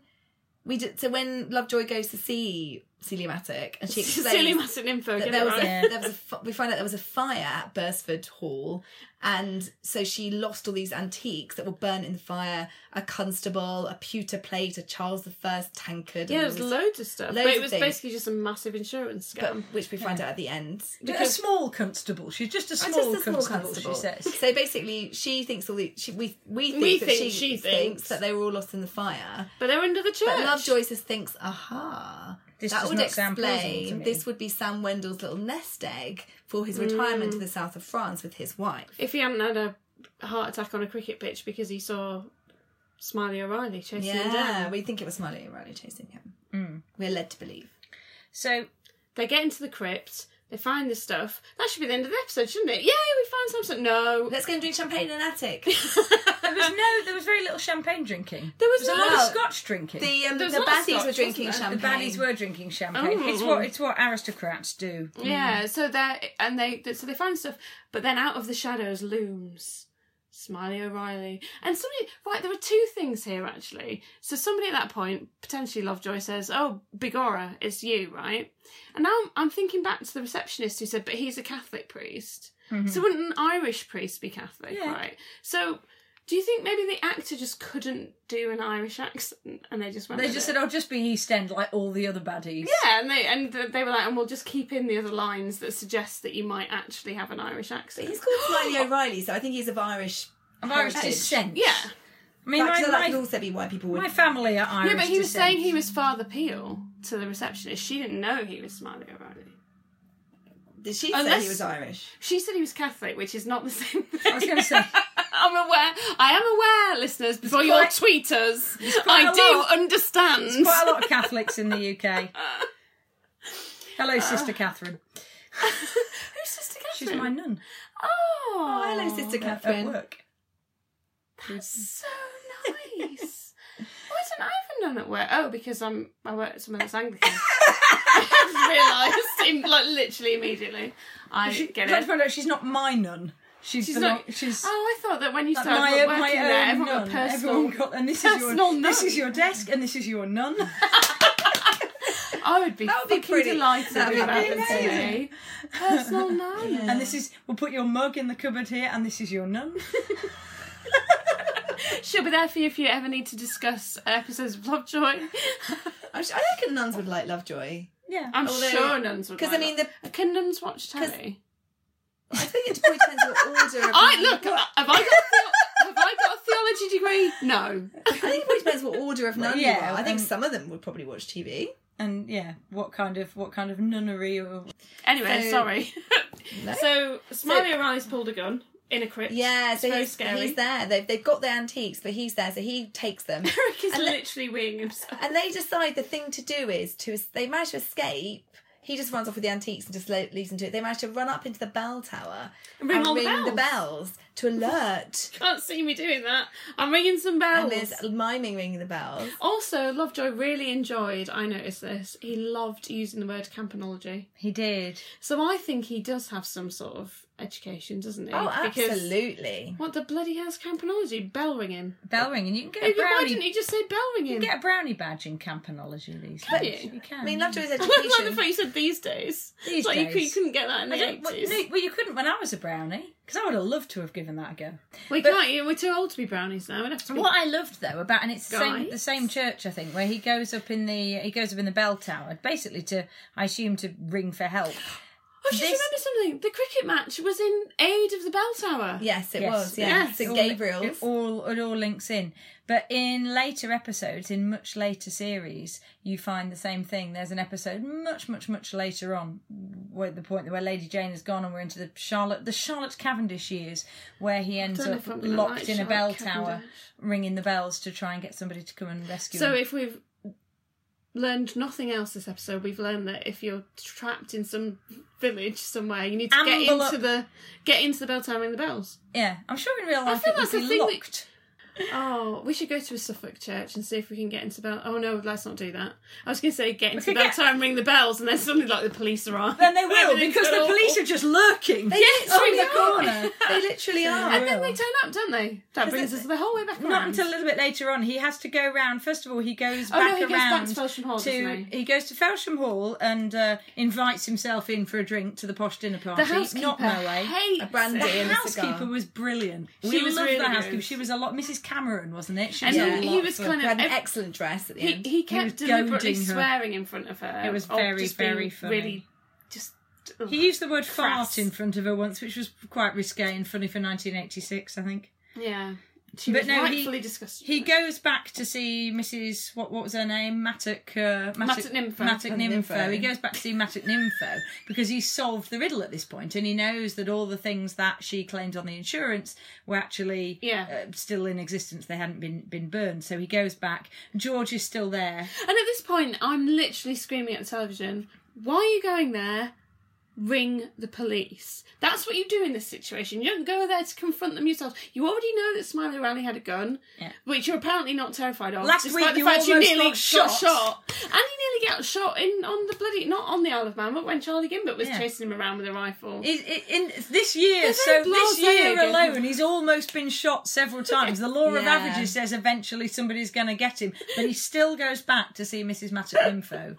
S4: we did, so when Lovejoy goes to see Celiumatic
S2: <laughs>
S4: and she
S2: Silly
S4: explains
S2: massive info.
S4: that
S2: Get
S4: there
S2: it
S4: was,
S2: right.
S4: a, there was a fi- we find out there was a fire at Bursford Hall, and so she lost all these antiques that were burnt in the fire: a constable, a pewter plate, a Charles the First tankard. and
S2: Yeah,
S4: all
S2: there was
S4: this-
S2: loads of stuff.
S4: Loads
S2: but
S4: of
S2: it was
S4: things.
S2: basically just a massive insurance
S4: but
S2: scam.
S4: which we find out at the end.
S3: a small constable. She's just a
S4: Oh,
S3: small,
S4: just a small
S3: constable, She says.
S4: So basically, she thinks all the she, we we think,
S2: We
S4: that
S2: think
S4: she,
S2: she
S4: thinks
S2: thinks.
S4: that they were all lost in the fire.
S2: But they're under the church.
S4: But Lovejoy just thinks, aha,
S3: This
S4: that
S3: does
S4: would
S3: not sound plausible to
S4: explain.
S3: me.
S4: This would be Sam Wendell's little nest egg for his retirement
S3: Mm.
S4: to the south of France with his wife.
S2: If he hadn't had a heart attack on a cricket pitch because he saw Smiley O'Reilly chasing him
S4: Yeah,
S2: down.
S4: we think it was Smiley O'Reilly chasing him.
S3: Mm.
S4: We're led to believe.
S3: So
S2: They get into the crypt. They find this stuff. That should be the end of the episode, shouldn't it? Yay, we found something. No.
S4: Let's go and drink champagne in an attic. <laughs>
S3: <laughs>
S2: <laughs>
S3: there was no, there was very little champagne drinking.
S2: There was
S3: There's a
S2: no-
S3: lot of scotch drinking.
S4: The um, the
S2: There was a lot of scotch,
S4: baddies were
S2: wasn't
S4: drinking
S2: there? The
S4: champagne.
S3: The baddies were drinking champagne. It's what it's what aristocrats do.
S2: Oh.
S3: Mm.
S2: Yeah, so they're and they so they find stuff, but then out of the shadows looms Smiley O'Reilly and somebody. Right, there are two things here actually. So somebody at that point potentially Lovejoy says, "Oh, Bigora, it's you, right?" And now I'm, I'm thinking back to the receptionist who said, "But he's a Catholic priest." So wouldn't an Irish priest be Catholic,
S3: Mm-hmm. Yeah.
S2: right? So. Do you think maybe the actor just couldn't do an Irish accent, and they just went?
S3: They
S2: with
S3: just
S2: it?
S3: said, "I'll just be East End like all the other baddies."
S2: Yeah, and they and th- they were like, and we'll just keep in the other lines that suggest that you might actually have an Irish accent.
S4: He's called
S3: <gasps>
S4: Smiley O'Reilly, so I think he's of Irish.
S3: Of Irish
S4: Heritage.
S3: descent.
S2: yeah,
S3: I mean,
S4: That, so that
S3: my,
S4: could
S3: my,
S4: also be why people would.
S3: my family are Irish.
S2: yeah, but he was
S3: descent.
S2: saying he was Father Peel to the receptionist. She didn't know he was Smiley O'Reilly.
S4: Did she say
S2: Unless-
S4: he was Irish?
S2: She said he was Catholic, which is not the <laughs> same thing.
S3: I was going to
S2: <laughs>
S3: say
S2: I'm aware. I am aware, listeners. Before your
S3: quite-
S2: tweeters,
S3: quite
S2: I
S3: a
S2: do
S3: lot.
S2: understand. <laughs>
S3: quite <laughs> a lot of Catholics in the UK.
S2: Uh,
S3: Hello, Sister Catherine.
S2: Who's Sister
S3: She's
S2: Catherine?
S3: my nun
S2: Oh,
S4: Oh, hello, Sister
S3: at
S4: Catherine.
S3: work.
S2: So nice. Why don't I have a nun at work? Oh, because I'm I work at someone that's Anglican. <laughs> I just realised, in- like literally immediately. I
S3: She,
S2: get
S3: I
S2: it.
S3: found out she's not my nun. She's,
S2: She's
S3: the,
S2: not-
S3: she's
S2: Oh, I thought that when you started
S3: my,
S4: uh,
S3: uh,
S2: working
S3: my
S2: there,
S3: own
S2: everyone
S3: nun.
S2: got personal.
S3: Everyone got, and this is your
S2: personal
S3: this
S2: nun.
S3: is your desk, and this is your nun.
S2: I would be
S4: That would be
S2: fucking
S4: pretty-
S2: delighted
S4: that would
S2: if
S4: be
S2: that happened to
S4: amazing.
S2: me.
S4: <laughs>
S2: Personal nun.
S3: And this is we'll put your mug in the cupboard here, and this is your nun.
S2: She'll be there for you if you ever need to discuss episodes of Lovejoy.
S4: I'm su- I reckon nuns would like Lovejoy.
S3: Yeah,
S2: I'm
S4: Although-
S2: sure nuns would.
S4: Because I
S2: like
S4: mean,
S2: that.
S4: the,
S2: can nuns watch telly?
S4: I think it probably depends what order. Of
S3: <laughs>
S2: I
S4: <laughs> nun-
S2: look. Have I got? a the- Have I got a theology degree? No.
S4: I think it probably depends what order of nun
S3: yeah,
S4: you are. I think
S3: um,
S4: some of them would probably watch TV.
S3: and yeah, what kind of what kind of nunnery or
S2: Anyway,
S4: So-
S2: sorry. So Smiley O'Reilly's pulled a gun in a crypt.
S4: Yeah,
S2: it's
S4: so
S2: very
S4: he's,
S2: scary.
S4: he's there. They've, they've got the antiques, but he's there, so he takes them.
S2: <laughs> Eric is
S4: And le-
S2: literally weeing <laughs> himself.
S4: and they decide the thing to do is to es- they manage to escape. He just runs off with the antiques and just le- leaves them to it. They manage to run up into the bell tower
S2: And ring
S4: and
S2: all the
S4: ring the
S2: bells.
S4: bells to alert.
S2: Can't see me doing that. I'm ringing some bells.
S4: and there's miming ringing the bells.
S2: Also, Lovejoy really enjoyed, I noticed this, he loved using the word campanology.
S3: He did.
S2: So I think he does have some sort of education, doesn't he?
S4: Oh,
S2: Because
S4: absolutely.
S2: What the bloody hell's campanology? Bell ringing.
S3: Bell ringing. You can get
S2: Hey,
S3: a
S2: Why
S3: brownie.
S2: didn't he just say bell ringing?
S3: You can get a brownie badge in campanology these days.
S2: you?
S3: You can.
S4: I mean,
S2: <laughs>
S4: Lovejoy's
S2: I like the
S4: education.
S2: fact you said these days.
S3: These
S2: It's like You, cou-
S3: days.
S2: you couldn't get that in
S3: I
S2: the
S3: don't- well,
S2: eighties.
S3: no, well, you couldn't when I was a brownie because I would have loved to have given that a go.
S2: we can't. you- We're too old to be brownies now. We'd have to be.
S3: What I loved though about and it's the same
S2: Guys?
S3: the same church I think where he goes up in the he goes up in the bell tower basically to I assume to ring for help.
S2: Oh, just
S3: this-
S2: remember something. The cricket match was in aid of the bell tower.
S4: Yes, it
S3: Yes,
S4: was. Yeah,
S2: yes.
S4: St
S3: All-
S4: Gabriel's.
S3: It all it all links in. But in later episodes, in much later series, you find the same thing. There's an episode much, much, much later on, where the point where Lady Jane has gone and we're into the Charlotte the Charlotte Cavendish years, where he ends
S2: don't know
S3: up
S2: if I'm gonna
S3: locked
S2: like
S3: in a
S2: Charlotte
S3: bell tower,
S2: Cavendish.
S3: ringing the bells to try and get somebody to come and rescue
S2: So
S3: him.
S2: if we've learned nothing else this episode, we've learned that if you're trapped in some village somewhere, you need to get
S3: Amble
S2: into
S3: up.
S2: the get into the bell tower and the bells.
S3: yeah, I'm sure in real life
S2: feel
S3: it would
S2: that's a
S3: be
S2: thing that-
S3: locked.
S2: Oh, we should go to a Suffolk church and see if we can get into bell. Oh no, let's not do that. I was going to say get into the
S3: could
S2: bell
S3: get-
S2: tower and ring the bells, and then suddenly like the police arrive. <laughs>
S3: Then they will
S2: Everything's
S3: because the
S2: awful.
S3: police are just lurking. <laughs>
S4: They
S2: Yes,
S4: literally
S2: we
S4: are.
S2: <laughs>
S3: are.
S4: They literally are.
S2: And then they turn up, don't they? That brings
S4: it-
S2: us the whole way back.
S3: Not
S2: around.
S3: until a little bit later on. He has to go round. First of all, he goes
S2: Oh, no,
S3: back
S2: he goes back
S3: around
S2: to Felsham Hall,
S3: to-
S2: doesn't he?
S3: goes to Felsham Hall and uh, invites himself in for a drink to the posh dinner party.
S2: the housekeeper
S3: Not my way.
S2: hates
S4: A brandy
S2: it.
S4: and
S3: The
S4: a cigar.
S3: housekeeper was brilliant. She
S2: was
S3: loved
S2: really
S3: the
S2: good.
S3: housekeeper. She was a lot. Mrs. Cameron, wasn't it? She
S2: And
S3: was
S4: Yeah.
S3: a
S2: he,
S3: lot
S2: he was
S3: for-
S2: kind
S4: Who
S2: of
S4: had an
S2: ev-
S4: excellent dress at the
S2: he,
S4: end.
S2: he kept
S3: was
S2: deliberately
S3: goading her.
S2: swearing in front of her.
S3: It was
S2: or
S3: very,
S2: just being
S3: very funny.
S2: Really, just ugh.
S3: He used the word
S2: Crass.
S3: fart in front of her once, which was quite risque and funny for 1986, I think.
S2: yeah. She
S3: But
S2: was
S3: no, he-
S2: rightfully disgusted.
S3: He goes back to see Mrs. What what was her name? Mattock. Uh,
S2: Mattock Nympho.
S3: Mattock Nympho.
S4: Nympho.
S3: He goes back to see Mattock Nympho because he's solved the riddle at this point, and he knows that all the things that she claimed on the insurance were actually
S2: Yeah.
S3: uh, still in existence. They hadn't been been burned. So he goes back. George is still there.
S2: and at this point, I'm literally screaming at the television. Why are you going there? Ring the police. That's what you do in this situation. You don't go there to confront them yourself. You already know that Smiley O'Reilly had a gun,
S3: Yeah.
S2: which you're apparently not terrified of.
S3: Last
S2: despite
S3: week
S2: the
S3: you
S2: fact you
S3: almost
S2: nearly
S3: got shot.
S2: shot. and you nearly got shot in on the bloody not on the Isle of Man, but when Charlie Gimbert was
S3: Yeah.
S2: chasing him around with a rifle.
S3: It, it, in this year,
S2: very
S3: so this
S2: blasé
S3: year
S2: again.
S3: alone, he's almost been shot several times. The law of
S4: Yeah.
S3: averages says eventually somebody's going to get him, but he still goes back to see Mrs. Mattock Nympho.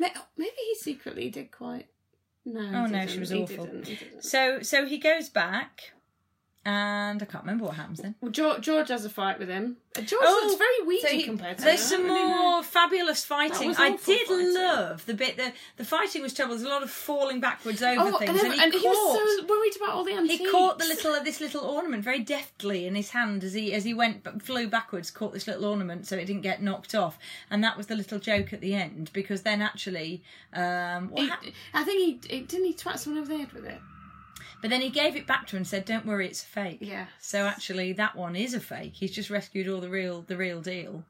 S2: May- Maybe he secretly did quite. No. he
S3: Oh, no,
S2: didn't.
S3: she was
S2: He
S3: awful.
S2: didn't, he didn't.
S3: So so he goes back, and I can't remember what happens then.
S2: Well, George, George has a fight with him. Uh, George
S3: Oh,
S2: looks very weedy
S4: so he-
S2: compared to
S3: There's
S2: her.
S3: some
S2: I don't know.
S3: more fabulous fighting.
S2: was
S3: I
S2: awful
S3: did
S2: fighting.
S3: love the bit the the fighting was terrible. There's a lot of falling backwards over
S2: Oh,
S3: things,
S2: and, then,
S3: he
S2: and he,
S3: caught.
S2: was so worried about all the antiques.
S3: he caught the little this little ornament very deftly in his hand as he as he went but flew backwards caught this little ornament so it didn't get knocked off and that was the little joke at the end because then actually um what
S2: He-
S3: happened?
S2: I think he, he didn't he twat someone over the head with it.
S3: but then he gave it back to her and said don't worry it's a fake
S2: Yeah.
S3: so actually that one is a fake he's just rescued all the real the real deal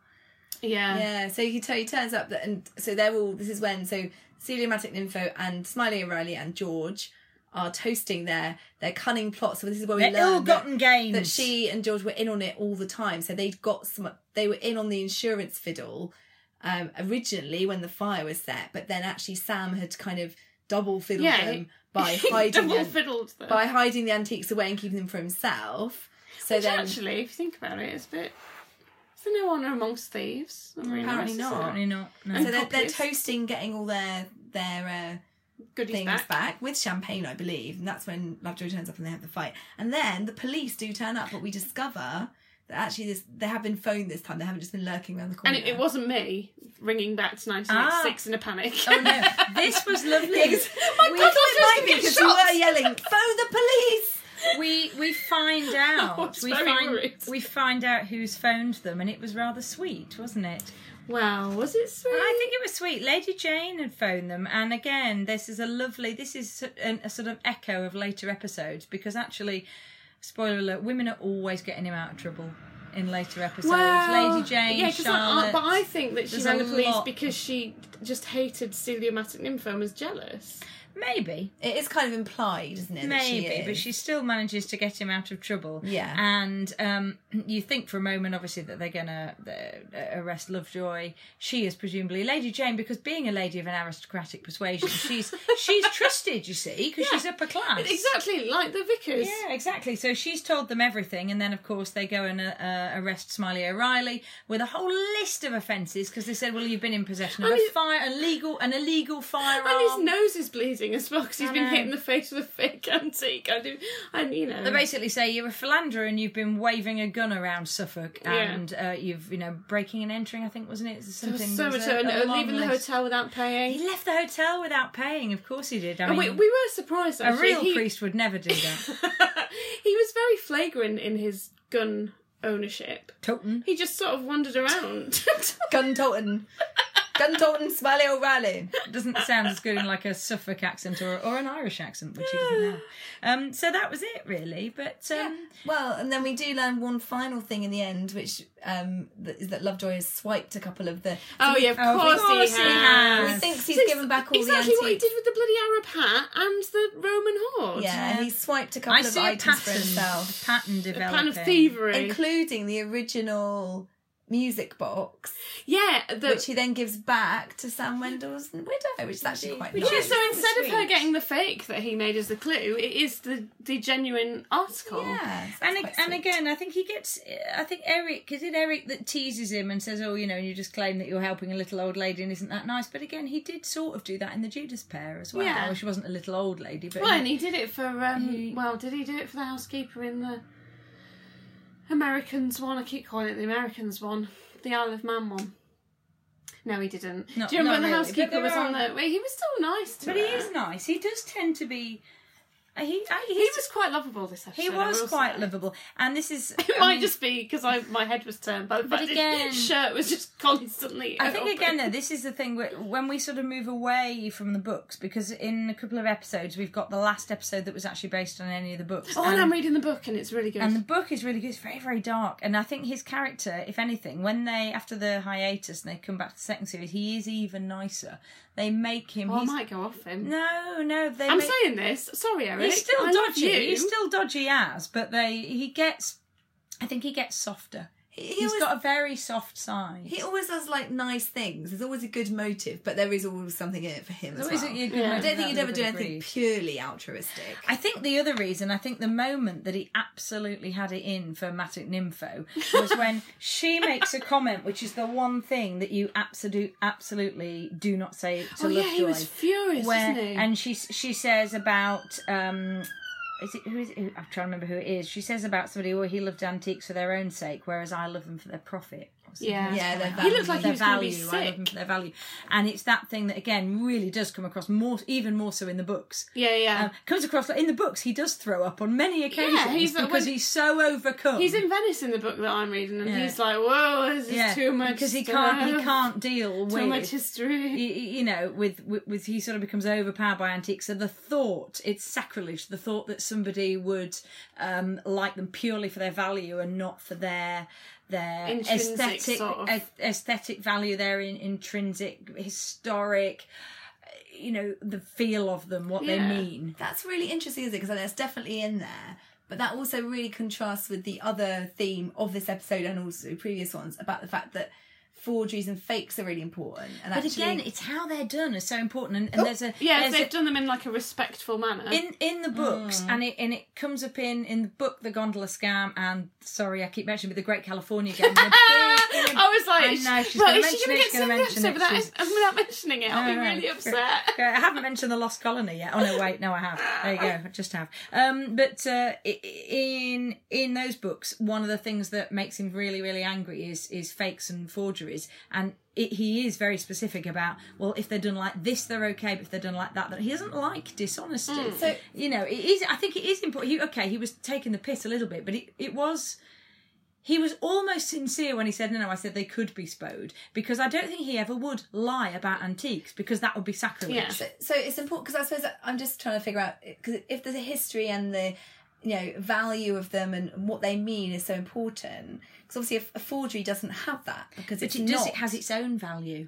S2: Yeah.
S4: Yeah, so he, t- he turns up, that, and so they're all. This is when so Celia Matic Info and Smiley O'Reilly and George are toasting their their cunning plots. So this is where we
S3: Their
S4: learn that-
S3: ill-gotten gains.
S4: that she and George were in on it all the time. So they'd got some. They were in on the insurance fiddle um, originally when the fire was set, but then actually Sam had kind of double fiddled
S2: Yeah,
S4: them
S2: <laughs> he-
S4: by
S2: He
S4: hiding
S2: double
S4: them,
S2: fiddled them.
S4: by hiding the antiques away and keeping them for himself. So
S2: Which
S4: then.
S2: actually, if you think about it, it's a bit. Is there no honour amongst thieves? I mean,
S4: Apparently
S2: that's
S4: not.
S3: Certainly not no.
S4: so they're, they're
S2: copies.
S4: toasting, getting all their their uh,
S2: Goodies
S4: things
S2: back.
S4: back. with champagne, I believe, and that's when Lovejoy turns up and they have the fight. And then the police do turn up, but we discover that actually this they have been phoned this time. They haven't just been lurking around the corner.
S2: And it, it wasn't me ringing back to 1986 in a panic.
S3: Ah. oh no
S2: <laughs>
S3: this was lovely
S2: My
S3: We-
S2: God,
S4: It might be because
S2: Just get
S4: you
S2: shot.
S4: were yelling, "Phone the police!"
S3: we we find out
S2: was
S3: we
S2: very
S3: find
S2: worried.
S3: we find out who's phoned them and it was rather sweet wasn't it
S2: Well, was it sweet?
S3: I think it was sweet. Lady Jane had phoned them, and again, this is a lovely. This is so- an- a sort of echo of later episodes because actually, spoiler alert: women are always getting him out of trouble in later episodes. Lady Jane,
S2: yeah, 'cause I-
S3: Charlotte.
S2: I, but I think that she
S3: There's a
S2: rang the police
S3: lot.
S2: because she just hated Celia Matic Nympho and was jealous.
S3: Maybe,
S4: It is kind of implied, isn't it? that
S3: maybe,
S4: she
S3: but
S4: is?
S3: she still manages to get him out of trouble.
S4: Yeah.
S3: and um, <clears throat> you think for a moment, obviously, that they're gonna uh, arrest Lovejoy. She is presumably Lady Jane because being a lady of an aristocratic persuasion, she's
S2: <laughs>
S3: she's trusted. You see, because she's upper class.
S2: Exactly, like the Vickers.
S3: Yeah, exactly. So she's told them everything, and then of course they go and uh, uh, arrest Smiley O'Reilly with a whole list of offences because they said, "Well, you've been in possession of
S2: And
S3: a
S2: his-
S3: fire, a legal, an illegal
S2: And his
S3: firearm."
S2: nose is bleeding as well because he's
S3: I
S2: been
S3: know.
S2: hit in the face with a fake antique. I do, and you know,
S3: they basically say you're a philanderer and you've been waving a gun around Suffolk,
S2: Yeah.
S3: and uh, you've you know breaking and entering. I think wasn't it something? There
S2: so much
S3: was
S2: so,
S3: a-
S2: and
S3: a
S2: uh,
S3: long
S2: leaving the
S3: list.
S2: hotel without paying.
S3: He left the hotel without paying. Of course he did. I
S2: And
S3: mean,
S2: we, we were surprised.
S3: a
S2: Actually.
S3: real
S2: he,
S3: priest would never do
S2: <coughs>
S3: that.
S2: <laughs> he was very flagrant in his gun ownership.
S3: Toten.
S2: He just sort of wandered around.
S4: <laughs>
S2: <laughs>
S4: Gun Dalton. Gun Dalton, Smiley O'Reilly.
S3: doesn't sound as good in like a Suffolk accent or, or an Irish accent, which he doesn't have. Um, so that was it, really. But um,
S4: Well, and then we do learn one final thing in the end, which um, th- is that Lovejoy has swiped a couple of the.
S2: oh yeah, of
S3: Oh, of
S2: course,
S3: course
S2: he
S3: he
S2: has.
S3: has.
S4: He thinks he's
S2: Uh, So it's
S4: given back all
S2: exactly
S4: the
S2: what he
S4: antiques.
S2: did with the bloody Arab hat and the Roman horse.
S4: yeah,
S3: Yeah.
S4: he swiped a couple
S3: I
S4: of
S3: see a
S4: items for
S3: pattern,
S4: himself,
S3: a pattern developing.
S2: Kind of thievery.
S4: including the original music box,
S2: yeah,
S3: Oh.
S2: the,
S4: which he then gives back to Sam Wendell's widow, which is actually quite
S3: Which
S4: nice.
S2: Yeah, so instead of her
S3: Sweet.
S2: getting the fake that he made as the clue, it is the, the genuine article.
S4: yeah, so
S3: And,
S4: it's
S3: ag-
S4: quite
S3: and
S4: sweet.
S3: again, I think he gets. I think Eric is it Eric that teases him and says, "Oh, you know, you just claim that you're helping a little old lady, and isn't that nice?" But again, he did sort of do that in the Judas Pair as well.
S2: Yeah.
S3: Well, she wasn't a little old lady, but
S2: Well, and he did it for, um,
S3: He-
S2: well, did he do it for the housekeeper in the Americans one? I keep calling it the Americans one, the Isle of Man one. No, he didn't.
S3: Not-
S2: do you
S3: not
S2: remember the
S3: really, but
S2: housekeeper
S3: there
S2: was on
S3: are-
S2: the. Well, he was still nice to
S3: but
S2: her.
S3: he is nice. He does tend to be. uh, He I- he's,
S2: He was quite lovable this episode.
S3: he
S2: I
S3: was
S2: will
S3: quite
S2: say.
S3: lovable, and this
S2: <laughs>
S3: is
S2: It
S3: I
S2: might
S3: mean-
S2: just be because I my head was turned, but, but
S3: again-
S2: his <laughs> shirt was just constantly.
S3: I think
S2: <laughs> open.
S3: again though, this is the thing where- when we sort of move away from the books because in a couple of episodes we've got the last episode that was actually based on any of the books.
S2: Oh, and I'm reading the book, and it's really good.
S3: um, and the book is really good. It's very very dark, and I think his character, if anything, when they after the hiatus and they come back to the second series, he is even nicer. They make him.
S2: well, Oh, I
S3: he's-
S2: might go off him.
S3: No, no, they.
S2: I'm
S3: make,
S2: saying this. Sorry, Eric.
S3: he's still
S2: I love
S3: dodgy.
S2: you.
S3: He's still dodgy as, but they he gets. I think he gets softer.
S4: he,
S3: He's
S4: he always
S3: got a very soft side.
S4: He always does like nice things. There's always a good motive, but there is always something in it for him.
S3: There's
S4: as
S3: always
S4: well.
S3: a- a good
S2: Yeah.
S3: moment
S4: I don't think
S3: that
S4: you'd ever
S3: would
S4: do
S3: have
S4: anything
S3: agreed.
S4: purely altruistic.
S3: I think the other reason, I think the moment that he absolutely had it in for Matic Nympho
S2: <laughs>
S3: was when she makes a comment, which is the one thing that you absolute, absolutely do not say to
S2: Oh yeah,
S3: Lovejoy.
S2: he was furious,
S3: where,
S2: wasn't he?
S3: And she she says about um, is it who is it? I'm trying to remember who it is. She says about somebody, well, he loved antiques for their own sake, whereas I love them for their profit. or something
S2: Yeah.
S4: yeah,
S3: their
S4: their
S3: value.
S4: value.
S2: He looked like he
S3: their
S2: was gonna be
S3: value. I love them
S2: sick.
S3: for their value, and it's that thing that again really does come across more, even more so in the books.
S2: yeah, yeah.
S3: Um, comes across in the books. He does throw up on many occasions
S2: he's like,
S3: because
S2: when-
S3: he's so overcome.
S2: he's in Venice in the book that I'm reading, and
S3: Yeah.
S2: he's like, "Whoa, this is too much."
S3: because he can't he
S2: stuff,
S3: can't deal with
S2: Too much history.
S3: y- y- you know, with, with with he sort of becomes overpowered by antiques. So the thought, it's sacrilege. The thought that somebody would um, like them purely for their value and not for their their
S2: Intrinsic
S3: aesthetic
S2: sort of.
S3: a- aesthetic value, their in, intrinsic historic, uh, you know, the feel of them, what
S2: Yeah.
S3: they mean.
S4: That's really interesting, isn't it? Because that's definitely in there. But that also really contrasts with the other theme of this episode and also previous ones about the fact that forgeries and fakes are really important. And
S3: But
S4: actually,
S3: again, it's how they're done is so important, and, and there's a
S2: Oh, yeah,
S3: there's
S2: they've
S3: a-
S2: done them in like a respectful manner.
S3: in in the books
S2: Hmm.
S3: and it and it comes up in in the book the gondola scam and sorry i keep mentioning but the great california
S2: <laughs>
S3: game in a big- in a-
S2: <laughs> I was like,
S3: I know, she's
S2: well,
S3: gonna
S2: is she
S3: mention
S2: going
S3: it,
S2: to get
S3: she's gonna
S2: some
S3: mention
S2: episode
S3: it,
S2: without,
S3: she's-
S2: <laughs> without mentioning it? I'll be
S3: All right.
S2: really
S3: Great.
S2: upset.
S3: Great. I haven't mentioned the Lost Colony yet. Oh no, wait, no, I have. There you go. I just have. Um, but uh, i- in in those books, one of the things that makes him really, really angry is is fakes and forgeries, and it, he is very specific about. Well, if they're done like this, they're okay. But if they're done like that, then he doesn't like dishonesty.
S2: Hmm.
S3: So you know, it is. I think it is important. He, okay, he was taking the piss a little bit, but it, it was He was almost sincere when he said, no, no, I said they could be spode because I don't think he ever would lie about antiques because that would be sacrilege.
S2: Yeah.
S4: So it's important because I suppose I'm just trying to figure out because if the history and the you know value of them and what they mean is so important because obviously a, a forgery doesn't have that because
S3: But
S4: it's
S3: it does,
S4: not
S3: it has its own value.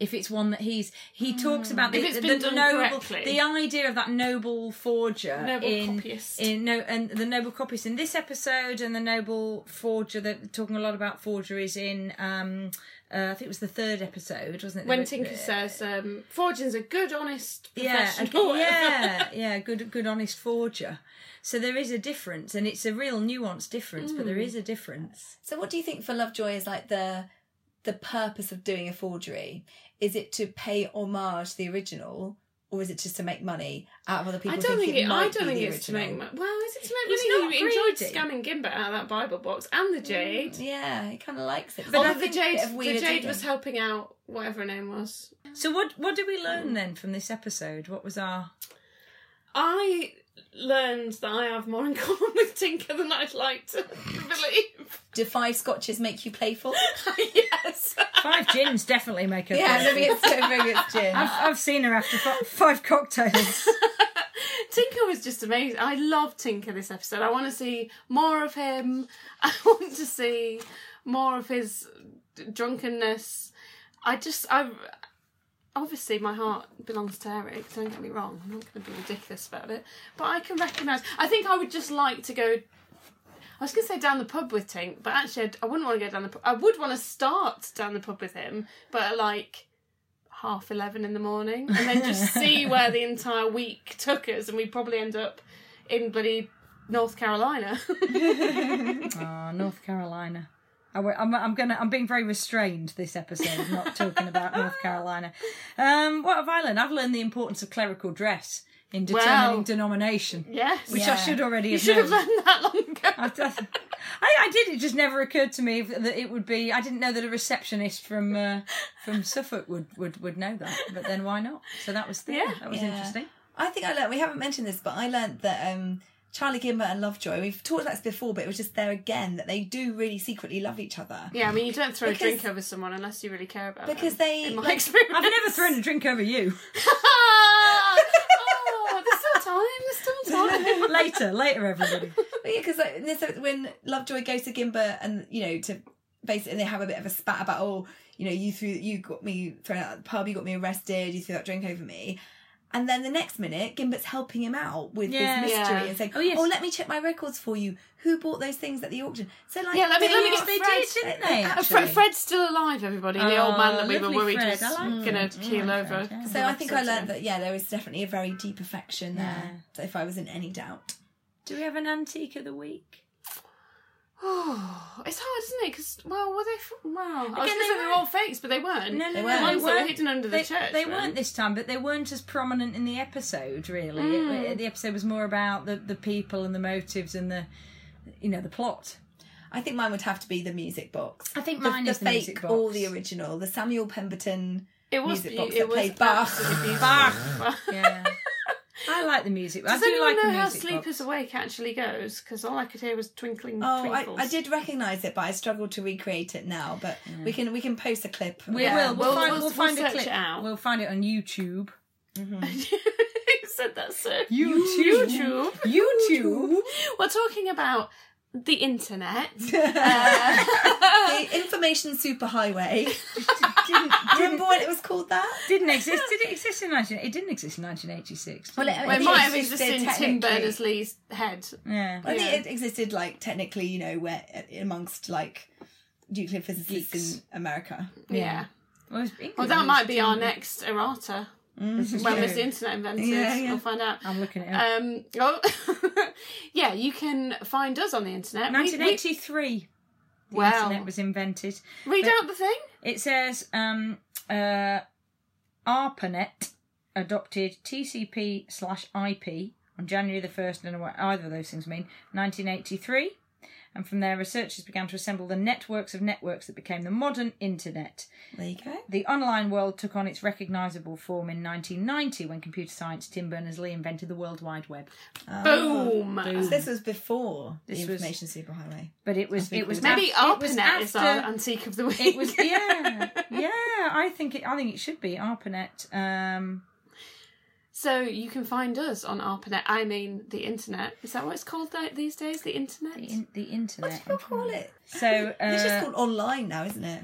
S3: If it's one that he's,
S4: Hmm.
S3: he talks about the,
S2: If it's
S3: the,
S2: been
S3: the
S2: done
S3: noble,
S2: correctly.
S3: the idea of that noble forger,
S2: Noble
S3: in,
S2: copyist.
S3: in no, and the noble copyist in this episode, and the noble forger that talking a lot about forgeries in, um, uh, I think it was the third episode, wasn't it?
S2: When
S3: The-
S2: Tinker says, um, forging's a good, honest
S3: yeah, a
S2: profession.
S3: good-
S2: or whatever.
S3: yeah, yeah, good, good, honest forger. So there is a difference, and it's a real nuanced difference, but there is a difference.
S4: So what do you think for Lovejoy is like the the purpose of doing a forgery? Is it to pay homage to the original, or is it just to make money out of other people?
S2: I don't think it. I
S4: might
S2: don't
S4: be
S2: think
S4: the
S2: it's to
S4: original?
S2: make money. Well, is it to make
S3: He's
S2: money?
S3: not
S2: He enjoyed
S3: greedy.
S2: scamming Gimber out of that Bible box and the jade.
S4: Yeah, he kind of likes it.
S2: Although
S4: I
S2: the
S4: think a
S2: jade,
S4: bit of
S2: the
S4: Wheeler
S2: jade
S4: Deaton.
S2: was helping out whatever her name was.
S3: So what, what did we learn then from this episode? What was our
S2: I learned that I have more in common <laughs> with Tinker than I'd like to <laughs> believe.
S4: Do five scotches make you playful? <laughs>
S2: yes.
S3: Five gins definitely make her.
S4: yeah,
S3: feel-
S4: maybe it's so maybe
S2: <laughs>
S4: it's gin.
S3: I've, I've seen her after five, five cocktails.
S2: Tinker was just amazing. I love Tinker this episode. I want to see more of him. <laughs> I want to see more of his d- drunkenness. I just, I obviously my heart belongs to Eric. Don't get me wrong. I'm not going to be ridiculous about it, but I can recognise. I think I would just like to go. I was going to say down the pub with Tink, but actually I'd, I wouldn't want to go down the pub. I would want to start down the pub with him, but at like half 11 in
S3: <laughs>
S2: the morning and then just see where the entire week took us and we probably end up in bloody North Carolina. <laughs>
S3: Ah, North Carolina. I, wa- I'm, I'm gonna. I'm being very restrained this episode. Not talking about North Carolina. Um, what have I learned? I've learned the importance of clerical dress in determining
S2: Well.
S3: denomination,
S2: yes.
S3: which I
S4: Yeah.
S3: should already
S2: You
S3: have
S2: should have
S3: known.
S2: learned that long ago.
S3: I, I did. It just never occurred to me that it would be. I didn't know that a receptionist from uh, from Suffolk would, would would know that. But then why not? So that was yeah.
S2: Yeah.
S3: That was
S4: Yeah.
S3: interesting.
S4: I think I learned. We haven't mentioned this, but I learned that um, Charlie Gimber and Lovejoy. We've talked about this before, but it was just there again that they do really secretly love each other.
S2: <laughs> Yeah, I mean, you don't throw
S4: Because-
S2: a drink over someone unless you really care about
S4: Because
S2: them,
S4: they,
S2: In my
S4: like,
S2: experience. Ah!
S3: I've never
S2: <laughs>
S3: thrown a drink over you.
S2: oh, there's still time.
S3: <laughs>
S2: There's still time.
S3: later, later, everybody.
S4: But <laughs> yeah, because like, in this- when Lovejoy goes to Gimber and you know to basically they have a bit of a spat about oh you know you threw you got me thrown out of the pub you got me arrested you threw that drink over me. And then the next minute, Gimbert's helping him out with
S3: Yeah.
S4: this mystery
S2: Yeah.
S4: and saying,
S3: Oh, yes.
S4: "Oh, let me check my records for you. Who bought those things at the auction?" So, like,
S2: Yeah, let me-
S4: they
S2: let me
S4: are-
S2: get-
S3: They
S2: Fred-
S3: did, didn't they?
S4: Uh,
S2: Uh,
S3: Actually?
S2: Fred, Fred's still alive, everybody. The old man that we were
S3: Oh, lovely
S2: worried
S3: Fred.
S2: was
S3: I like
S2: going to
S3: Fred.
S2: keel
S3: Yeah,
S2: over.
S3: Fred, yeah.
S4: So I think I learned that yeah, there is definitely a very deep affection there. If I was in any doubt,
S3: Do we have an antique of the week?
S2: Oh, <sighs> it's hard, isn't it? Because well, were they? From, well, I was
S3: Again,
S2: going to
S3: they
S2: say they were
S3: weren't.
S2: all fakes, but they weren't.
S3: No, no,
S4: They
S3: no,
S4: weren't.
S3: they
S2: The ones that were
S3: weren't.
S2: hidden under
S3: They,
S2: the church.
S3: they
S2: were.
S3: weren't this time, but they weren't as prominent in the episode. Really, It- it- the episode was more about the, the people and the motives and the, you know, the plot.
S4: I think mine would have to be the music box.
S3: I think
S4: The,
S3: mine
S4: the
S3: is the
S4: fake,
S3: music
S4: all
S3: box.
S4: the original, the Samuel Pemberton.
S2: It was.
S4: Music
S2: beau-
S4: box
S2: it
S4: that
S2: was
S4: played Bach.
S2: absolutely beautiful.
S3: Bach. Yeah, <laughs> I like the music.
S2: Does
S3: I do
S2: anyone
S3: like
S2: know
S3: the
S2: how
S3: music
S2: Sleepers
S3: box.
S2: Awake actually goes? Because all I could hear was twinkling
S4: Oh, I,
S2: twinkles.
S4: I
S2: <laughs>
S4: did recognise it, but I struggled to recreate it now. But we can we can post a clip.
S3: We
S4: Yeah. <laughs>
S3: will. We'll,
S2: we'll-
S3: find,
S2: we'll-
S3: we'll find
S2: we'll
S3: a
S2: search
S3: clip.
S2: it out.
S3: We'll find it on YouTube.
S2: Who said that, sir?
S3: YouTube.
S2: YouTube.
S3: YouTube.
S2: We're talking about the internet.
S3: Uh,
S4: The information
S3: <laughs>
S4: superhighway.
S3: didn't,
S4: Remember when it was called that?
S3: <laughs> didn't exist. Did it exist in 19? It didn't exist in 1986.
S4: Well, it,
S2: Well,
S4: I
S2: it
S4: think
S2: might have
S4: existed
S2: existed in Tim
S4: technically.
S2: Berners Lee's head.
S3: yeah.
S4: I
S2: Yeah.
S4: think it existed like technically, you know, where amongst like nuclear physicists
S3: Geeks.
S4: in America.
S2: Yeah.
S3: Well, it was
S2: Well,
S3: England,
S2: Oh, that might
S3: it
S2: be our next errata.
S3: was-
S2: When
S3: yeah.
S2: was the internet invented?
S4: Yeah, yeah.
S2: We'll find out.
S3: I'm looking it up.
S2: Um, oh, <laughs> yeah, you can find us on the internet. We-
S3: 1983. the
S2: Wow.
S3: internet was invented.
S2: We, read out the thing.
S3: It says um, uh, ARPANET adopted TCP slash IP on January the 1st, I don't know what either of those things mean, 1983. and from there, researchers began to assemble the networks of networks that became the modern internet.
S4: There you go.
S3: The online world took on its recognisable form in 1990 when computer science Tim Berners Lee invented the World Wide Web.
S2: Boom.
S4: So this was before
S3: This
S4: the
S3: was-
S4: information superhighway.
S3: But it was it was
S2: Maybe
S3: af- it was
S2: ARPANET is our
S3: after-
S2: antique of the week.
S3: It was yeah yeah. I think it I think it should be ARPANET. Um,
S2: <laughs> So you can find us on ARPANET. I mean, the internet. Is that what it's called th- these days? The internet?
S3: the, in, the internet.
S4: What do people call it?
S3: So uh,
S4: It's just called online now, isn't it?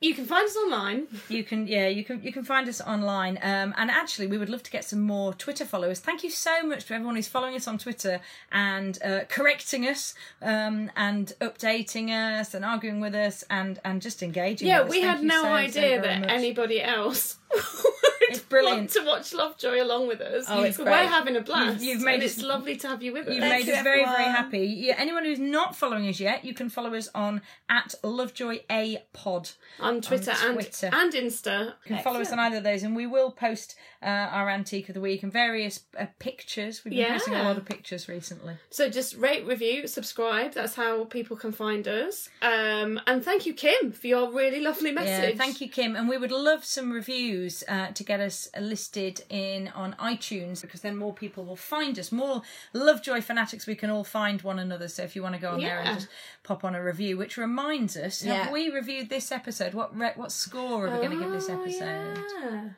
S2: You can find us online.
S3: you can yeah you can you can find us online um, and actually we would love to get some more twitter followers thank you so much to everyone who's following us on twitter and uh, correcting us um, and updating us and arguing with us and and just engaging
S2: Yeah,
S3: with us.
S2: we
S3: Thank
S2: had
S3: you
S2: no
S3: so, so
S2: idea
S3: very
S2: that
S3: much.
S2: anybody else <laughs>
S3: It's
S2: would
S3: brilliant.
S2: want to watch Lovejoy along with us.
S3: Oh, it's
S2: But
S3: great.
S2: We're having a blast.
S3: You've- you've made
S2: and
S3: us-
S2: it's lovely to have you with us.
S3: You've
S4: Thank
S3: made
S4: you,
S3: us very, very
S4: everyone.
S3: happy. Yeah, anyone who's not following us yet, you can follow us on at Lovejoy A Pod.
S2: on Twitter,
S3: Twitter.
S2: and and Insta.
S3: You can follow us on either of those, and we will post uh, our antique of the week and various uh, pictures. We've been
S2: Yeah.
S3: posting a lot of pictures recently.
S2: So just rate, review, subscribe. That's how people can find us. Um, and thank you, Kim, for your really lovely message.
S3: Yeah, thank you, Kim. And we would love some reviews uh, to get us listed in on iTunes because then more people will find us. More Lovejoy fanatics, we can all find one another. So if you want to go on there
S2: Yeah.
S3: and just pop on a review, which reminds us, have
S4: Yeah.
S3: we reviewed this episode? What re- what score are we going to give this
S2: Oh,
S3: episode?
S2: yeah.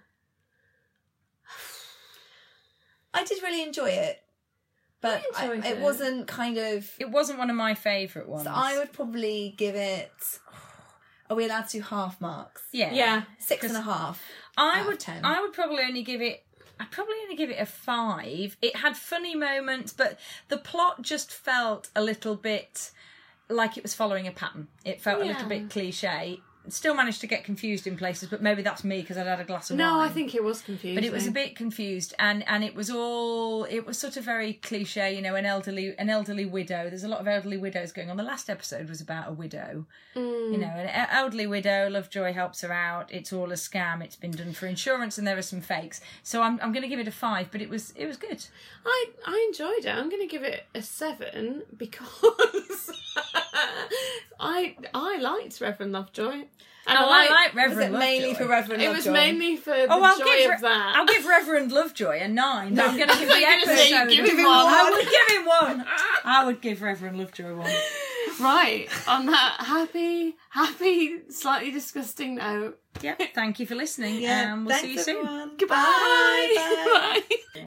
S4: I did really enjoy it, but
S2: I enjoyed
S4: I- it
S2: it.
S4: wasn't kind of
S3: It wasn't one of my favourite ones.
S4: So I would probably give it. Are we allowed to do half marks?
S3: yeah,
S2: Yeah.
S4: Six and a half.
S3: I
S4: out
S3: would
S4: of 10.
S3: I would probably only give it I'd probably only give it a five. It had funny moments, but the plot just felt a little bit like it was following a pattern. It felt a little
S2: Yeah.
S3: bit cliche. Still managed to get confused in places, but maybe that's me because I'd had a glass of wine.
S2: No, I think it was confusing.
S3: But it was a bit confused, and and it was all it was sort of very cliche, you know, an elderly an elderly widow. There's a lot of elderly widows going on. The last episode was about a widow,
S2: Mm.
S3: you know, an e- elderly widow. Lovejoy helps her out. It's all a scam. It's been done for insurance, and there are some fakes. So I'm I'm going to give it a five, but it was it was good.
S2: I I enjoyed it. I'm going to give it a seven because <laughs> I I liked Reverend Lovejoy. And
S3: Oh, I like
S4: Was
S3: Reverend
S4: it mainly
S3: Lovejoy.
S4: for Reverend
S2: It was
S4: Lovejoy?
S2: mainly for the
S3: Oh, I'll
S2: joy
S3: give, Re-
S2: of that. <laughs>
S3: I'll give Reverend Lovejoy a nine. but I'm going to give the
S2: I was gonna say,
S3: episode.
S2: give him
S3: a-
S2: one.
S3: I would give him one. I would give Reverend Lovejoy one.
S2: Right, on that happy, happy, slightly disgusting note.
S3: Yep. Thank you for listening.
S4: Yeah.
S3: and we'll see you
S4: thanks,
S3: soon.
S4: everyone.
S2: Goodbye. <laughs>
S4: Bye. Bye.
S2: Bye.